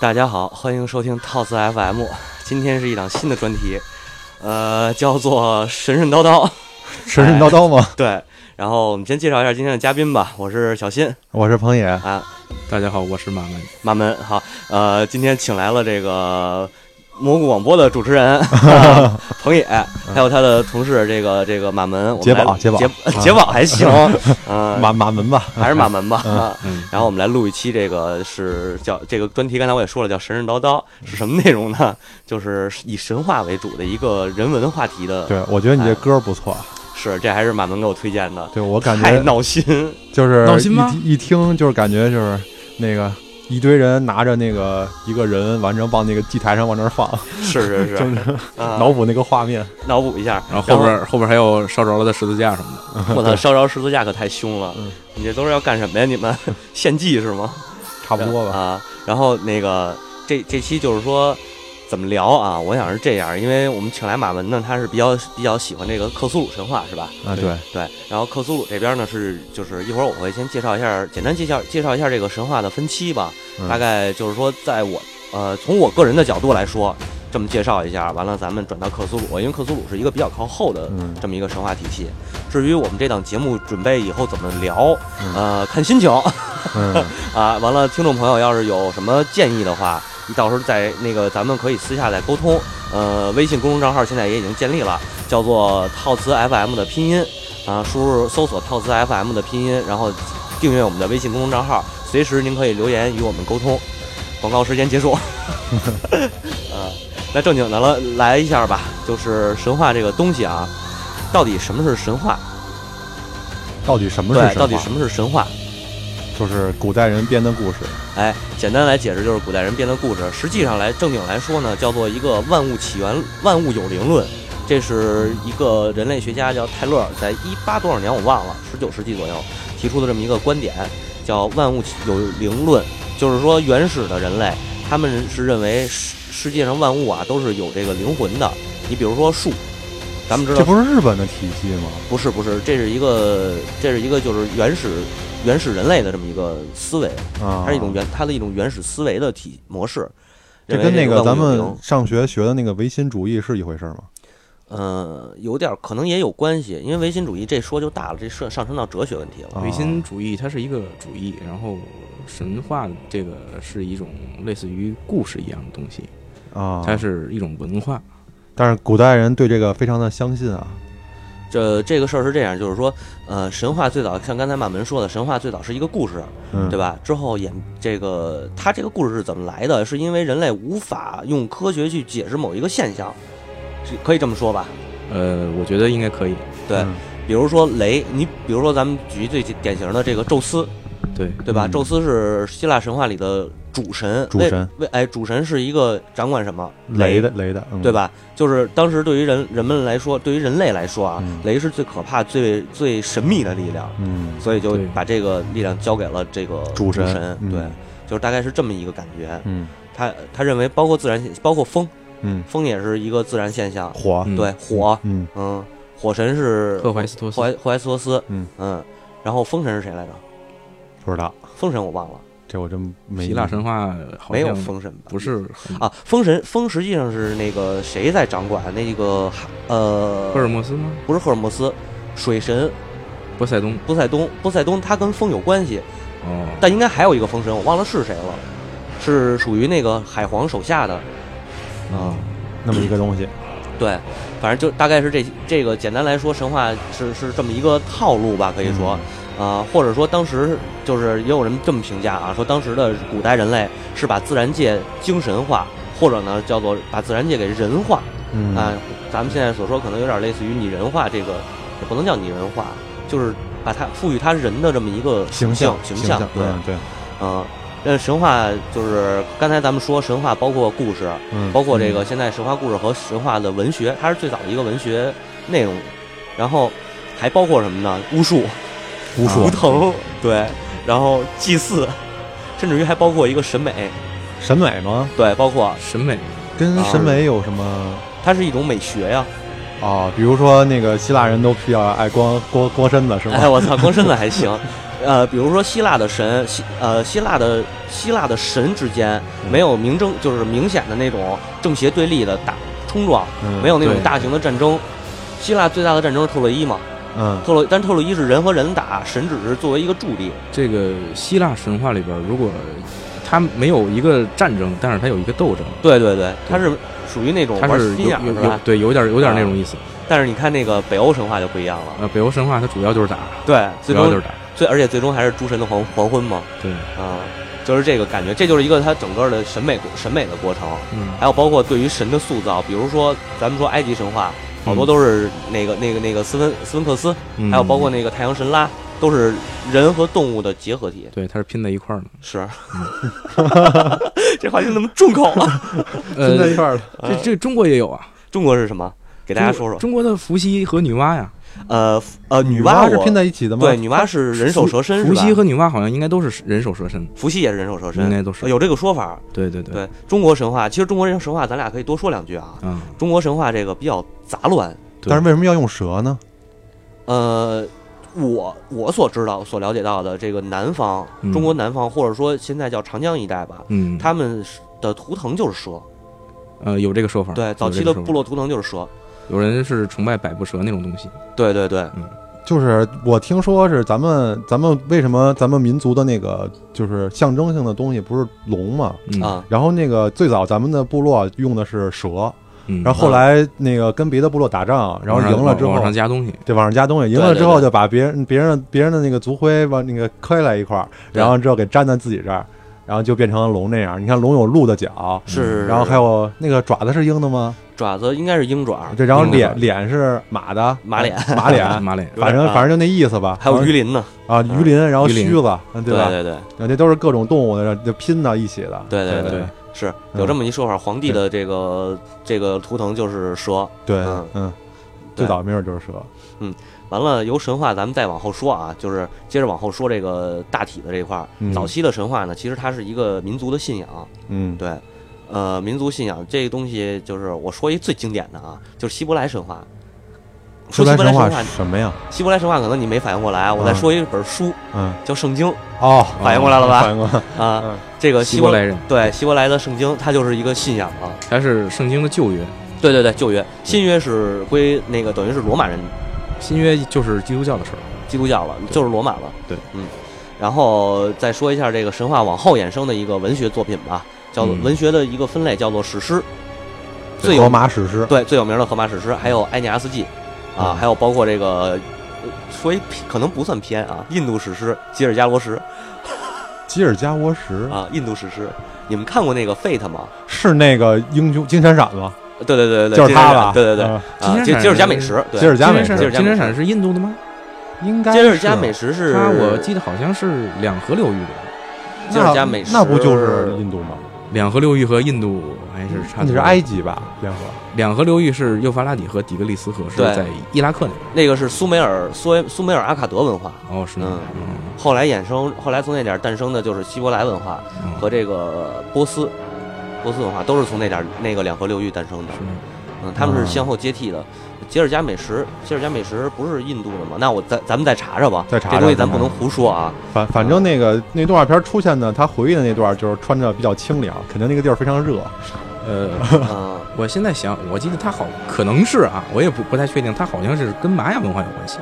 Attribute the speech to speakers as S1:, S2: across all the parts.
S1: 大家好，欢迎收听套词 FM。今天是一档新的专题，呃，叫做神神叨叨。
S2: 神神叨叨吗？
S3: 哎
S1: 对，然后我们先介绍一下今天的嘉宾吧。我是小新
S2: 我是彭野，
S1: 啊，
S3: 大家好，我是马文。
S1: 马门好，呃，今天请来了这个蘑菇广播的主持人、 彭野，还有他的同事这个这个马门，我们
S2: 杰宝
S1: 来
S2: 杰宝
S1: 杰杰宝还 行，嗯、
S2: 马马门吧？
S1: 还是马门吧。啊
S3: 嗯，
S1: 然后我们来录一期，这个是叫这个专题，刚才我也说了，叫神神叨叨，是什么内容呢？ 就是以神话为主的一个人文话题的，
S2: 对，我觉得你这歌不错，
S1: 是这还是马门给我推荐的，
S2: 对我感
S1: 太
S2: 觉
S1: 闹心，
S2: 就是
S3: 闹
S2: 一
S3: 心吗
S2: 听一听就是感觉就是那个一堆人拿着那个一个人，完成往那个祭台上往那儿放，
S1: 是是 是，
S2: 就是
S1: 啊
S2: 脑补那个画面。
S1: 脑补一下，
S3: 然后后边后边还有烧着了的十字架什么的，
S1: 我操，烧着十字架可太凶了
S2: 嗯！
S1: 你这都是要干什么呀？你们 献祭是吗？
S2: 差不多吧，
S1: 啊。然后那个这这期就是说怎么聊啊？我想是这样，因为我们请来马文呢，他是比较比较喜欢这个克苏鲁神话，是吧？
S2: 啊对，
S1: 对。然后克苏鲁这边呢是就是一会儿我会先介绍一下，简单介绍介绍一下这个神话的分期吧。
S2: 嗯
S1: 大概就是说，在我呃从我个人的角度来说，这么介绍一下。完了，咱们转到克苏鲁，因为克苏鲁是一个比较靠后的
S2: 嗯
S1: 这么一个神话体系。至于我们这档节目准备以后怎么聊，
S2: 嗯
S1: 呃，看心情
S2: 嗯，
S1: 啊。完了，听众朋友要是有什么建议的话，你到时候在那个咱们可以私下再沟通。呃，微信公众账号现在也已经建立了，叫做“套词 FM” 的拼音啊，输入搜索“套词 FM” 的拼音，然后订阅我们的微信公众账号，随时您可以留言与我们沟通。广告时间结束。 啊，那正经的了，来一下吧，就是神话这个东西啊，到底什么是神话？
S2: 到底什么是
S1: 对，
S2: 神
S1: 到底
S2: 话
S1: 什么是神话？
S2: 就是古代人编的故事，
S1: 哎，简单来解释就是古代人编的故事。实际上来正经来说呢，叫做一个万物起源、万物有灵论。这是一个人类学家叫泰勒，在一八多少年我忘了，十九世纪左右提出的这么一个观点，叫万物起有灵论，就是说原始的人类他们是认为世世界上万物啊都是有这个灵魂的。你比如说树，咱们知道
S2: 这不是日本的体系吗？
S1: 不是不是，这是一个这是一个就是原始原始人类的这么一个思维。
S2: 啊，
S1: 它是一种原它的一种原始思维的体模式。
S2: 这
S1: 认为
S2: 跟那
S1: 个
S2: 个
S1: 万
S2: 咱
S1: 物有
S2: 们
S1: 灵
S2: 上学学的那个唯心主义是一回事儿吗？
S1: 呃有点儿可能也有关系，因为唯心主义这说就大了，这上上升到哲学问题了。
S2: 啊
S3: 唯心主义它是一个主义，然后神话这个是一种类似于故事一样的东西，
S2: 啊，
S1: 哦
S3: 它是一种文化。
S2: 但是古代人对这个非常的相信啊，
S1: 这这个事儿是这样，就是说，呃，神话最早像刚才马门说的，神话最早是一个故事，
S2: 嗯，
S1: 对吧？之后演这个它这个故事是怎么来的？是因为人类无法用科学去解释某一个现象，是可以这么说吧？
S3: 呃，我觉得应该可以。
S1: 对，
S2: 嗯
S1: 比如说雷，你比如说咱们举一最典型的这个宙斯，
S3: 对，
S1: 对吧？
S2: 嗯
S1: 宙斯是希腊神话里的主神，
S2: 主
S1: 为
S2: 神
S1: 为哎，主神是一个掌管什么
S2: 雷的，雷的，嗯
S1: 对？吧？就是当时对于人人们来说，对于人类来说啊，
S2: 嗯
S1: 雷是最可怕、最最神秘的力量，
S2: 嗯，
S1: 所以就
S3: 对
S1: 把这个力量交给了这个
S2: 主
S1: 神。
S2: 神嗯
S1: 对，就是大概是这么一个感觉。
S2: 嗯
S1: 他他认为，包括自然现，包括风，
S2: 嗯，
S1: 风也是一个自然现象。
S2: 火，
S3: 嗯
S1: 对，火，
S2: 嗯，
S1: 嗯，火神是
S3: 赫淮斯托斯
S1: 赫淮赫淮斯托斯，
S2: 嗯
S1: 然后风神是谁来着？
S2: 不知道，
S1: 风神我忘了，
S2: 这我真没
S3: 希腊神话好
S1: 没有
S3: 像
S1: 风神吧？
S3: 不是很
S1: 啊，风神风实际上是那个谁在掌管？那个哈呃，
S3: 赫尔墨斯吗？
S1: 不是赫尔墨斯，水神
S3: 波塞冬
S1: 波塞冬。波塞冬他跟风有关系，
S3: 哦，
S1: 但应该还有一个风神，我忘了是谁了，是属于那个海皇手下的。哦
S2: 啊，那么一个东西，
S1: 对，反正就大概是这这个简单来说，神话是是这么一个套路 吧，可以
S3: 嗯
S1: 说。啊、或者说当时就是也有人这么评价啊，说当时的古代人类是把自然界精神化，或者呢叫做把自然界给人化，
S2: 嗯
S1: 啊，咱们现在所说可能有点类似于拟人化，这个也不能叫拟人化，就是把它赋予它人的这么一个
S2: 形
S1: 象
S2: 象
S1: 形
S2: 象，
S1: 对，
S2: 嗯对，
S1: 嗯，那神话就是刚才咱们说神话，包括故事，
S2: 嗯，
S1: 包括这个现在神话故事和神话的文学，它是最早的一个文学内容，然后还包括什么呢？巫术、
S2: 巫术
S1: 图、
S2: 嗯
S1: 腾，对，然后祭祀，甚至于还包括一个审美，
S2: 审美吗？
S1: 对，包括
S3: 审美
S2: 跟
S1: 啊
S2: 审美有什么？
S1: 它是一种美学呀、
S2: 啊，比如说那个希腊人都比较爱光光光身子是
S1: 哎，
S2: 吗？
S1: 我操，光身子还行。呃，比如说希腊的神，希呃希腊的希腊的神之间
S2: 嗯
S1: 没有明争，就是明显的那种正邪对立的打冲撞，
S2: 嗯
S1: 没有那种
S3: 对
S1: 大型的战争。希腊最大的战争是特洛伊嘛，
S2: 嗯
S1: 特洛但特洛伊是人和人打，神只是作为一个助力。
S3: 这个希腊神话里边儿，如果它没有一个战争，但是它有一个斗争，
S1: 对对对，它是属于那种
S3: 它
S1: 玩
S3: 是
S1: 心
S3: 有
S1: 眼儿
S3: 有
S1: 是
S3: 有
S1: 吧？啊
S3: 对有点有点那种意思。
S1: 但是你看那个北欧神话就不一样了，
S3: 呃，北欧神话它主要就是打，
S1: 对，最
S3: 主要就
S1: 终
S3: 是打，
S1: 最而且最终还是诸神的黄黄昏嘛，
S3: 对，
S1: 啊、就是这个感觉，这就是一个它整个的审美审美的过程。
S3: 嗯，
S1: 还有包括对于神的塑造，比如说咱们说埃及神话，好多
S3: 嗯
S1: 都是那个、那个那个斯芬斯芬克斯，
S3: 嗯
S1: 还有包括那个太阳神拉，都是人和动物的结合体。
S3: 对，它是拼在一块儿 的。
S1: 是，这话题怎么重口了？
S2: 拼在一
S3: 呃，
S2: 块儿了，
S3: 这这中国也有啊，
S1: 中国是什么？给
S3: 给
S1: 大家说说。
S3: 中国的伏羲和女娲呀，
S1: 呃呃，女娲
S2: 娲是
S1: 我
S2: 拼在一起的吗？
S1: 对，女娲是人手蛇身是
S3: 伏
S1: 吧
S3: 羲？和女娲好像应该都是人手蛇身，
S1: 伏羲也是人手蛇
S3: 应
S1: 身，呃
S3: 该都是。
S1: 有这个说法。
S3: 对对对，
S1: 对中国神话，其实中国人神话咱俩可以多说两句啊。
S3: 嗯，
S1: 中国神话这个比较杂乱，
S3: 对
S2: 但是为什么要用蛇呢？
S1: 呃，我我所知道、所了解到的这个南方，
S3: 嗯
S1: 中国南方，或者说现在叫长江一带吧，
S3: 嗯，
S1: 他们的图腾就是蛇。
S2: 啊
S3: 呃有这个说法，
S1: 对，
S3: 有
S1: 早
S3: 这
S1: 期
S3: 个
S1: 的
S3: 说法
S1: 部落图腾就是蛇。
S3: 有人是崇拜百步蛇那种东西，
S1: 对对对，
S2: 就是我听说是咱们咱们为什么咱们民族的那个就是象征性的东西不是龙嘛？
S3: 嗯，
S1: 啊，
S2: 然后那个最早咱们的部落用的是蛇，
S3: 嗯，
S2: 然后后来那个跟别的部落打仗，然后
S3: 往上
S2: 赢了之
S3: 往
S2: 后
S3: 往，上加东西，
S2: 对，往上加东西，赢了
S1: 对对
S2: 之后
S1: 对
S2: 就把别人别人别人的那个族徽往那个磕下来一块儿，
S1: 对
S2: 然后之后给粘在自己这儿，然后就变成了龙那样。你看龙有鹿的角，
S1: 是是。
S2: 嗯然后还有那个爪子是鹰的吗？
S1: 爪子应该是鹰爪，
S2: 对，然后
S3: 鹰的爪
S2: 脸脸是马的，
S1: 马脸
S2: 马脸，
S3: 马脸，
S2: 反正
S1: 啊
S2: 反正就那意思吧。
S1: 还有
S2: 反
S1: 鱼
S2: 正
S1: 鳞呢。
S2: 啊，
S1: 嗯
S2: 鱼鳞，然后
S3: 鱼鳞
S2: 须子，嗯对
S1: 对
S2: 吧？
S1: 对对
S2: 然后这都是各种动物的，就拼到一起的。
S1: 对对
S2: 对
S1: 对
S2: 对
S1: 是
S2: 嗯
S1: 有这么一说法，皇帝的这个这个图腾就是蛇。
S2: 对
S1: 嗯
S2: 嗯，
S1: 对
S2: 最早没准就是蛇。
S1: 完了，由神话咱们再往后说啊，就是接着往后说这个大体的这块儿。
S2: 嗯
S1: 早期的神话呢，其实它是一个民族的信仰，
S2: 嗯，
S1: 对，呃，民族信仰这个东西，就是我说一最经典的啊，就是希伯来神话。说
S2: 说
S1: 希
S2: 来
S1: 伯来
S2: 神
S1: 神
S2: 话
S1: 话
S2: 是，什么呀？
S1: 希伯来神话可能你没反应过来啊，我再
S2: 嗯
S1: 说一本书
S2: 嗯，
S1: 叫《圣经
S2: 哦，
S1: 反应过来了吧
S2: 反应过来，》
S1: 啊，
S2: 嗯
S1: 这个
S3: 希
S1: 希
S3: 伯
S1: 伯
S3: 来人，
S1: 对希伯来的圣经，它就是一个信仰啊。
S3: 它是圣经的旧约，
S1: 对对对，旧约、新约是归那个等于是罗马人
S3: 新约就是基督教的事儿。
S1: 基督教了，就是罗马了。
S3: 对，
S1: 嗯，然后再说一下这个神话往后衍生的一个文学作品吧，叫做
S3: 嗯
S1: 文学的一个分类叫做史诗，最
S2: 罗
S1: 有
S2: 马史诗。
S1: 对最有名的荷马史诗，还有《埃涅阿斯纪》，啊，
S2: 嗯
S1: 还有包括这个，呃说一可能不算偏啊，印度史诗《吉尔加罗什》
S2: 吉尔加沃什
S1: 啊，印度史诗，你们看过那个《Fate》吗？
S2: 是那个英雄金闪闪吗？
S1: 对对对对对，
S2: 就是他
S1: 金
S2: 吧？
S1: 闪对对对，
S2: 嗯，
S1: 啊，
S3: 金闪
S1: 吉
S3: 闪
S1: 吉尔加美什，对
S2: 吉尔加美什
S3: 金闪
S1: 吉尔
S3: 闪
S1: 加
S3: 金
S1: 美
S3: 闪
S1: 什
S3: 闪是印度的吗？
S2: 应该
S1: 吉尔加美
S2: 是
S1: 什是
S3: 它我记得好像是两河流域的，
S1: 吉尔加美什
S2: 那那不就是印度吗？
S3: 两河流域和印度还是差。
S2: 那是埃，及吧？联合
S3: 两河流域是幼发拉底河底格里斯河，是
S1: 对
S3: 在伊拉克那边。
S1: 那个是苏美尔苏苏美尔阿卡德文化，
S3: 哦，是吗？
S1: 后来衍生，后来从那点儿诞生的就是希伯来文化
S3: 嗯嗯
S1: 和这个波斯波斯文化，都是从那点儿那个两河流域诞生的。
S3: 是吗
S1: 嗯，他们是先后接替的。吉尔加美什，吉尔加美什不是印度的吗？那我再咱们再查查吧，
S2: 再查查
S1: 这东西咱不能胡说啊。
S2: 反反正那个那动画片出现的，他回忆的那段就是穿着比较清凉，肯定那个地儿非常热。
S3: 呃，
S1: 嗯，
S3: 我现在想，我记得它好可能是啊，我也不不太确定，它好像是跟玛雅文化有关系，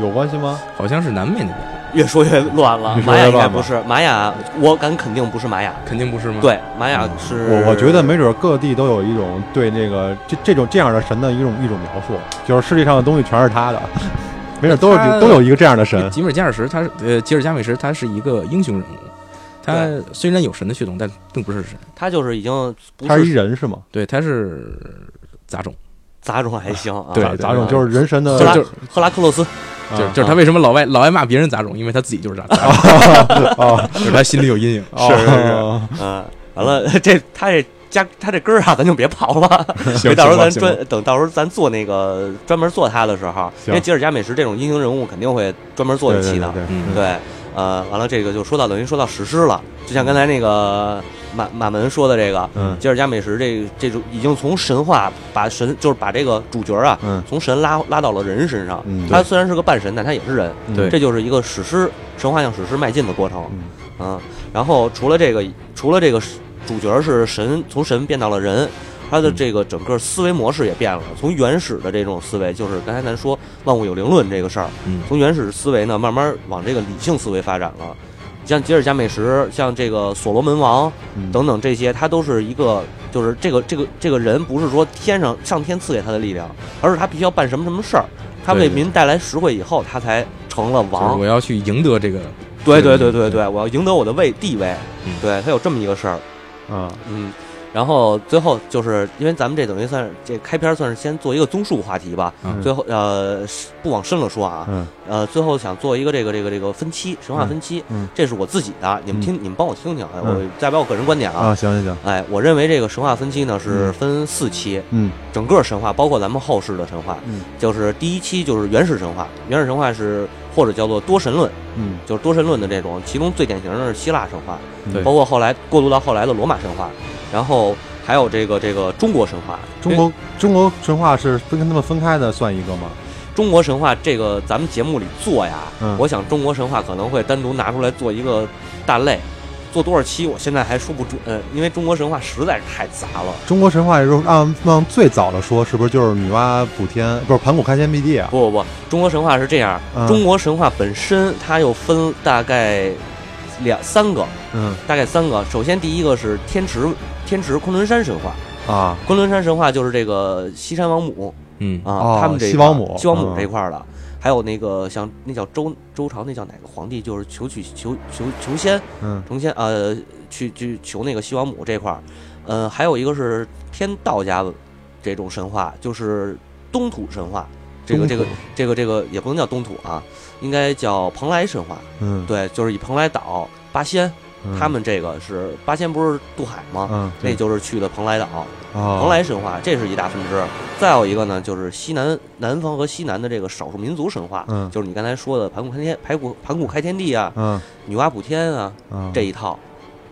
S2: 有关系吗？
S3: 好像是南美那边，
S1: 越说越乱了。
S2: 越说
S1: 玛
S2: 越
S1: 雅应该
S2: 乱吧
S1: 不是玛雅，我敢肯定不是玛雅。
S3: 肯定不 是吗？，
S1: 对，玛雅
S3: 嗯
S1: 是
S2: 我我觉得没准各地都有一种对那个这这种这样的神的一种一种描述，就是世界上的东西全是他的， 没准都
S3: 他
S2: 有都有一个这样的神。
S3: 吉米尔加尔什他是呃吉尔加美什他是一个英雄人物，他虽然有神的血统，但并不是神，
S1: 他就是已经不
S2: 他是一
S1: 是
S2: 人是吗？
S3: 对，他是杂种，
S1: 杂种还 行啊。
S3: 对
S2: 杂杂种
S1: 啊
S2: 就是人神的
S1: 赫拉
S3: 就就
S1: 赫拉克洛斯，
S2: 啊
S3: 就是就是他为什么老爱老爱骂别人杂种，因为他自己就是杂种，
S2: 啊，
S3: 就是他心里有阴影。
S1: 是是 是
S2: 哦
S1: 嗯，完了， 这他这加他这根儿啊，咱就别刨了。
S2: 行
S1: 到时候
S2: 行吧
S1: 咱
S2: 行吧
S1: 专等到时候咱做那个专门做他的时候，
S2: 行
S1: 因为吉尔加美什这种英雄人物肯定会专门做一期的。
S2: 对对对对
S3: 嗯
S1: 对，呃，完了这个就说到等于说到史诗了，就像刚才那个马马门说的这个，
S2: 嗯
S1: 吉尔加美什这个这种已经从神话把神就是把这个主角啊，
S2: 嗯
S1: 从神拉拉到了人身上。
S2: 嗯，
S1: 他虽然是个半神，但他也是人，
S2: 嗯
S3: 对
S1: 这就是一个史诗神话向史诗迈进的过程。
S2: 嗯
S1: 嗯，然后除了这个，除了这个主角是神，从神变到了人，他的这个整个思维模式也变了，从原始的这种思维，就是刚才咱说万物有灵论这个事儿，
S3: 嗯
S1: 从原始思维呢，慢慢往这个理性思维发展了。像吉尔加美什，像这个所罗门王
S2: 嗯
S1: 等等这些，他都是一个，就是这个这个这个人不是说天上上天赐给他的力量，而是他必须要办什么什么事儿，他为
S3: 对对
S1: 民带来实惠以后，他才成了
S3: 就是
S1: 王
S3: 我。要去赢得这个，
S1: 对
S3: 这
S1: 对对
S3: 个
S1: 对
S3: 名字
S1: 对，我要赢得我的位地位
S3: 嗯，
S1: 对他有这么一个事儿，
S2: 啊，
S1: 嗯，然后最后就是因为咱们这等于算是这开篇算是先做一个综述话题吧，
S3: 嗯
S1: 最后呃不往深了说啊，
S2: 嗯
S1: 呃最后想做一个这个这个这个分期神话分期，
S2: 嗯嗯
S1: 这是我自己的，你们听、你们帮我听听，哎
S2: 嗯
S1: 我代表我个人观点啊，
S2: 啊，行行行，
S1: 哎，我认为这个神话分期呢是
S2: 嗯
S1: 分四期，
S2: 嗯
S1: 整个神话，包括咱们后世的神话，
S2: 嗯
S1: 就是第一期就是原始神话，原始神话是或者叫做多神论，
S2: 嗯
S1: 就是多神论的这种，其中最典型的是希腊神话，
S3: 对
S1: 包括后来过渡到后来的罗马神话，然后还有这个这个中国神话。
S2: 中国中国神话是分跟他们分开的，算一个吗？
S1: 中国神话这个咱们节目里做呀，
S2: 嗯
S1: 我想中国神话可能会单独拿出来做一个大类，做多少期我现在还说不准，呃因为中国神话实在是太杂了。
S2: 中国神话也就是按按最早的说，是不是就是女娲补天，不是盘古开天辟地啊？
S1: 不不不，中国神话是这样，
S2: 嗯
S1: 中国神话本身它又分大概两三个，
S2: 嗯
S1: 大概三个。首先第一个是天池，天池昆仑山神话，
S2: 啊，
S1: 昆仑山神话就是这个西山王母，
S3: 嗯
S1: 啊，
S2: 哦
S1: 他们这一
S2: 西
S1: 块儿
S2: 王母
S1: 西王母
S2: 嗯
S1: 这一块儿的，还有那个像那叫周周朝那叫哪个皇帝，就是求取求求求仙
S2: 嗯
S1: 成仙呃，去去求那个西王母这块儿，呃，还有一个是天道家的这种神话，就是东土神话，这个
S2: 东
S1: 这个
S2: 土
S1: 这个这个也不能叫东土啊，应该叫蓬莱神话，
S2: 嗯，
S1: 对，就是以蓬莱岛八仙，
S2: 嗯
S1: 他们这个是八仙不是渡海吗？
S2: 嗯，
S1: 那
S2: 对
S1: 就是去的蓬莱岛，
S2: 啊，
S1: 蓬莱神话，这是一大分支。再有一个呢，就是西南南方和西南的这个少数民族神话，
S2: 嗯
S1: 就是你刚才说的盘古开天、盘古盘古开天地啊、
S2: 嗯
S1: 女娲补天啊
S2: 嗯
S1: 这一套。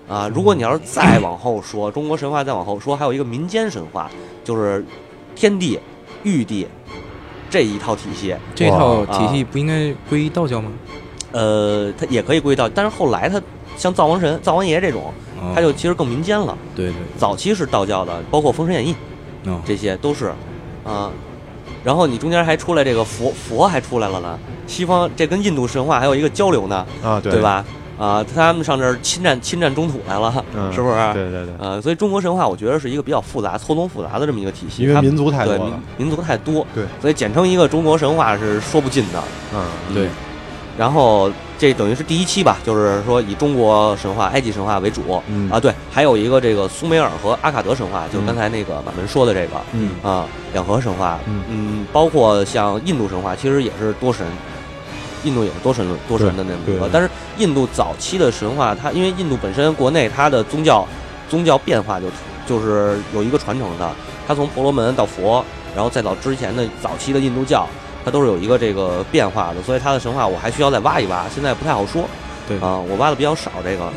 S1: 啊，如果你要是再往后说，中国神话再往后说，还有一个民间神话，就是天地、玉帝这一套体系。
S3: 这套
S1: 哇啊
S3: 体系不应该归道教吗？
S1: 呃，它也可以归到，但是后来它像灶王神、灶王爷这种，
S3: 哦
S1: 它就其实更民间了。
S3: 对对，
S1: 早期是道教的，包括《封神演义》。
S3: 哦
S1: 这些都是，啊、然后你中间还出来这个佛佛还出来了呢，西方这跟印度神话还有一个交流呢，
S2: 啊，对
S1: 对？吧？啊、他们上这儿侵占侵占中土来了，
S2: 嗯，
S1: 是不是？
S2: 对对对，
S1: 呃，所以中国神话我觉得是一个比较复杂、错综复杂的这么一个体系，
S2: 因为
S1: 它
S2: 民族太多
S1: 对
S2: 了，
S1: 民民族太多，
S2: 对，
S1: 所以简称一个中国神话是说不尽的。
S2: 嗯
S3: 对
S1: 嗯，然后这等于是第一期吧，就是说以中国神话、埃及神话为主。
S2: 嗯
S1: 啊，对，还有一个这个苏美尔和阿卡德神话，就是刚才那个马门说的这个，
S2: 嗯
S1: 啊，两河神话，
S2: 嗯
S1: 包括像印度神话，其实也是多神，印度也是多神论多神的那么一
S2: 对
S1: 个
S2: 对。
S1: 但是印度早期的神话，它因为印度本身国内它的宗教宗教变化就就是有一个传承的，它从婆罗门到佛，然后再到之前的早期的印度教，它都是有一个这个变化的，所以它的神话我还需要再挖一挖，现在不太好说。
S3: 对
S1: 啊，我挖的比较少这个。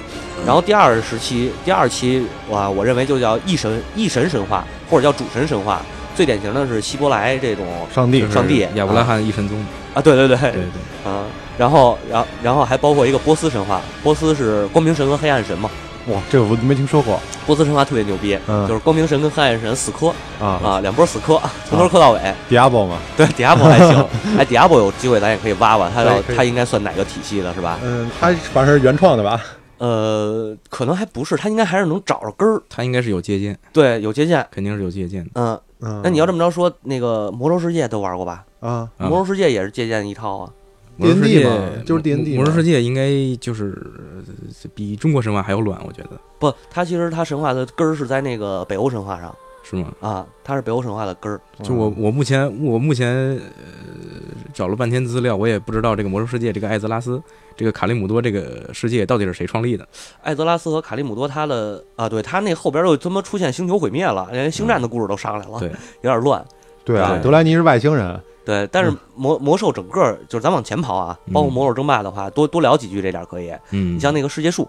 S1: 然后第二时期，第二期哇，我认为就叫异神异神神话，或者叫主神神话。最典型的是希伯来这种
S2: 上帝
S3: 就是
S1: 上帝
S3: 亚伯拉罕一神宗，
S1: 啊，对对对，
S3: 对对，
S1: 啊，然后然后然后还包括一个波斯神话，波斯是光明神和黑暗神嘛，
S2: 哇，这个我没听说过
S1: 波斯神话特别牛逼，
S2: 嗯
S1: 就是光明神跟黑暗神死磕
S2: 啊
S1: 啊，两波死磕，从头磕到尾。
S2: ，Diablo 嘛，
S1: 对，迪亚波还 行，哎，迪亚波有机会咱也可以挖挖，他
S2: 可以
S1: 要
S2: 可以
S1: 他应该算哪个体系的是吧？
S2: 嗯，它反正是原创的吧？
S1: 呃，可能还不是，他应该还是能找着根儿，
S3: 他应该是有借鉴，
S1: 对，有借鉴。
S3: 肯定是有借鉴的。
S1: 嗯、
S2: 嗯，
S1: 那你要这么着说，那个《魔兽世界》都玩过吧？
S2: 啊，
S1: 《
S3: 啊
S1: 魔兽世界》也是借鉴一套啊。
S3: 魔兽世界
S2: D&D 嘛就是 D&D
S3: 魔兽
S2: 嘛
S3: 世界应该就是呃比中国神话还要乱，我觉得
S1: 不，它其实它神话的根儿是在那个北欧神话上
S3: 是吗？
S1: 啊，它是北欧神话的根儿。
S3: 就我
S2: 嗯
S3: 我目前我目前呃找了半天资料，我也不知道这个魔兽世界这个艾泽拉斯这个卡利姆多这个世界到底是谁创立的。
S1: 艾泽拉斯和卡利姆多他的啊，对他那后边又他妈出现星球毁灭了，连星战的故事都上来了，
S3: 嗯对
S1: 有点乱。
S2: 对啊，
S3: 对
S2: 德莱尼是外星人，
S1: 对，但是
S3: 嗯
S1: 魔魔兽整个就是咱往前跑啊，包括
S3: 嗯
S1: 魔兽争霸的话，多多聊几句这点儿可以。
S3: 嗯，
S1: 你像那个世界树，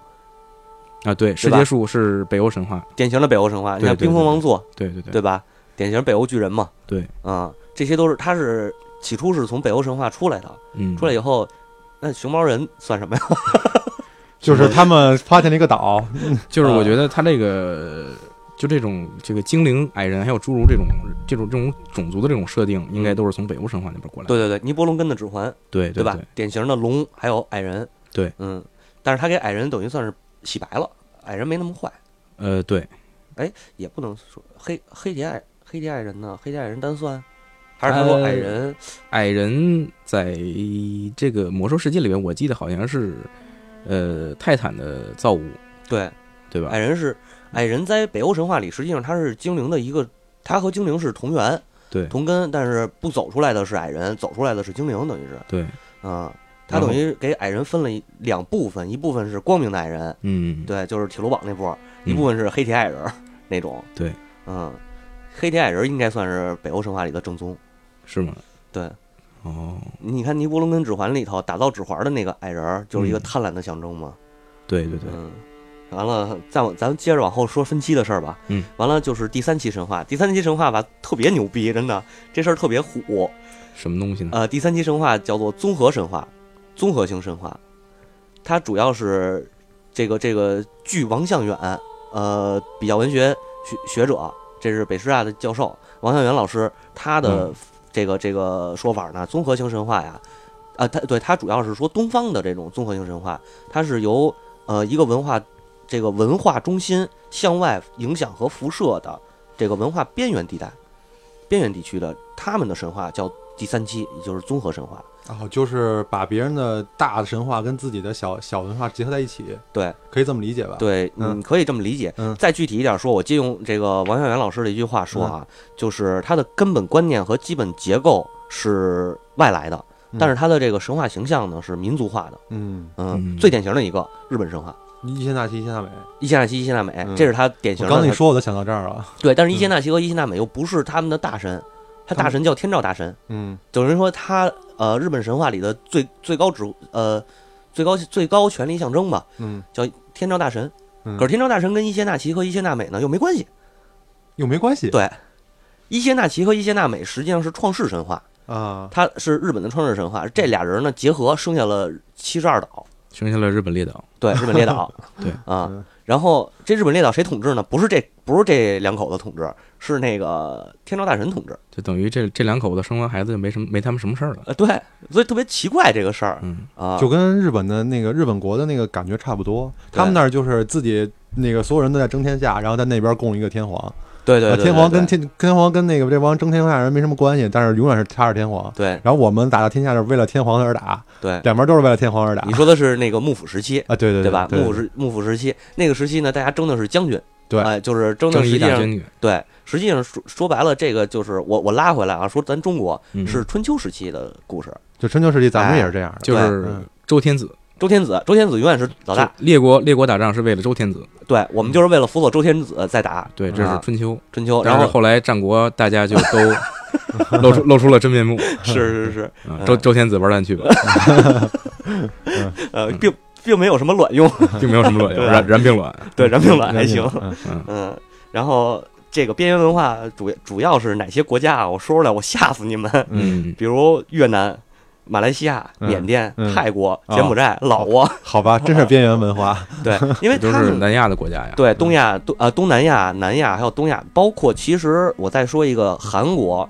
S3: 啊，对，世
S1: 吧
S3: 界树是北欧神话，
S1: 典型的北欧神话，你
S3: 对
S1: 像
S3: 对
S1: 冰封
S3: 对
S1: 王座，
S3: 对对对，
S1: 对吧？典型北欧巨人嘛。
S3: 对，
S1: 啊，这些都是它是起初是从北欧神话出来的，
S3: 嗯，
S1: 出来以后，那熊猫人算什么呀？
S2: 就是他们发现了一个岛，
S3: 就是
S1: 啊
S3: 我觉得他这个就这种这个精灵、矮人还有侏儒这种这种这种种族的这种设定，应该都是从北欧神话那边过来的，
S1: 对对对，尼伯龙根的指环，嗯
S3: 对
S1: 对
S3: 对
S1: 吧？典型的龙还有矮人。
S3: 对，
S1: 嗯，但是他给矮人等于算是洗白了，矮人没那么坏，
S3: 呃，对，
S1: 也不能说黑黑蝶矮黑蝶矮人呢，黑蝶矮人单算，还是他说
S3: 呃
S1: 矮人、
S3: 矮人在这个魔兽世界里面，我记得好像是呃泰坦的造物，
S1: 对
S3: 对吧
S1: 矮？人是矮人在北欧神话里，实际上他是精灵的一个，他和精灵是同源
S3: 对
S1: 同根，但是不走出来的是矮人，走出来的是精灵，等于是
S3: 对，
S1: 啊。他
S3: 然后
S1: 等于给矮人分了一两部分，一部分是光明的矮人，
S3: 嗯，
S1: 对，就是铁路堡那波，
S3: 嗯
S1: 一部分是黑铁矮人儿那种。
S3: 对，
S1: 嗯，黑铁矮人应该算是北欧神话里的正宗。
S3: 是吗？
S1: 对，
S3: 哦，
S1: 你看《尼伯龙根指环》里头打造指环的那个矮人儿，就是一个
S3: 嗯
S1: 贪婪的象征嘛。
S3: 对对对，
S1: 嗯，完了，再往咱们接着往后说分期的事儿吧。
S3: 嗯，
S1: 完了就是第三期神话，第三期神话吧特别牛逼，真的这事儿特别虎。
S3: 什么东西呢？
S1: 呃，第三期神话叫做综合神话，综合性神话，它主要是这个这个据王向远，呃，比较文学学学者，这是北师大的教授王向远老师，他的这个、这个说法呢，综合性神话呀，啊、他对他主要是说东方的这种综合性神话，它是由呃一个文化这个文化中心向外影响和辐射的这个文化边缘地带、边缘地区的他们的神话叫第三期，也就是综合神话。
S2: 然后就是把别人的大神话跟自己的小小文化结合在一起，
S1: 对，
S2: 可以这么理解吧？，
S1: 对，
S2: 嗯
S1: 你可以这么理解。
S2: 嗯
S1: 再具体一点说，我借用这个王小元老师的一句话说啊，
S2: 嗯
S1: 就是他的根本观念和基本结构是外来的，
S2: 嗯
S1: 但是他的这个神话形象呢是民族化的。
S2: 嗯，
S1: 嗯，
S3: 嗯
S1: 最典型的一个日本神话。
S2: 一线大西，一线大美。
S1: 伊邪那岐、伊邪那美，
S2: 嗯
S1: 这是他典型
S2: 我
S1: 的。
S2: 刚才一说，我都想到这儿 了。
S1: 对，但是伊
S2: 嗯
S1: 邪那岐和伊邪那美又不是他们的大神，他大神叫天照大神，
S2: 嗯，
S1: 等于说他呃日本神话里的最最高职呃最高最高权力象征吧，
S2: 嗯，
S1: 天照大神。
S2: 嗯
S1: 可是天照大神跟伊邪那岐和伊邪那美呢又没关系。
S2: 又没关系。
S1: 对，伊邪那岐和伊邪那美实际上是创世神话，
S2: 啊，
S1: 它是日本的创世神话。这俩人呢结合生下了七十二岛，
S3: 生下了日本列岛，，
S1: 对，日本列 岛
S3: 对
S1: 啊
S2: 嗯。
S1: 然后这日本列岛谁统治呢？不是这不是这两口子统治，是那个天照大神统治。
S3: 就等于这这两口子生完孩子就没什么没他们什么事儿了。
S1: 呃，对，所以特别奇怪这个事儿
S3: 嗯，
S1: 啊。
S2: 就跟日本的那个日本国的那个感觉差不多。他们那儿就是自己那个所有人都在争天下，然后在那边供一个天皇。啊
S1: 对对对对，
S2: 天皇跟
S1: 对
S2: 天天皇跟那个这帮争天下人没什么关系，但是永远是他是天皇。
S1: 对
S2: 然后我们打到天下就是为了天皇而打，
S1: 对，
S2: 两边都是为了天皇而打。
S1: 你说的是那个幕府时期。
S2: 啊，对对
S1: 对吧？
S2: 对
S1: 幕府时幕府时期，那个时期呢，大家争的是将军，
S2: 对
S1: 哎，就是争的
S3: 正
S1: 实
S3: 义
S1: 际
S3: 大
S1: 上
S3: 将军
S1: 对，实际上说说白了，这个就是我我拉回来啊，说咱中国
S3: 嗯
S1: 是春秋时期的故事，
S2: 就春秋时期，咱们
S1: 哎
S2: 也是这样的。
S3: 就是
S2: 嗯
S3: 周天子
S1: 周天子，周天子永远是老大
S3: 就，列国列国打仗是为了周天子，
S1: 对我们就是为了辅佐周天子在打
S3: 对，这
S1: 啊
S3: 是春秋。
S1: 春秋，
S3: 但
S1: 然
S3: 是
S1: 后
S3: 后来战国大家就 都露出露出了真面目，
S1: 是是是，
S3: 啊周周天子玩蛋去吧，
S1: 呃，并并没有什么卵用，
S3: 并没有什么卵用，
S1: 对啊
S3: 然然并卵，
S1: 对，然并卵还行，
S2: 嗯
S3: 嗯，
S1: 嗯，然后这个边缘文化主主要是哪些国家啊？我说出来我吓死你们，
S3: 嗯，
S1: 比如越南。马来西亚、
S2: 嗯
S1: 缅甸、
S2: 嗯
S1: 泰国、
S2: 啊
S1: 柬埔寨、老挝，
S2: 好吧，真是边缘文化。
S1: 对，因为
S3: 都
S1: 他
S3: 是
S1: 们
S3: 南亚的国家呀，
S1: 对东亚、东呃东南亚、南亚还有东亚，包括其实我再说一个韩国，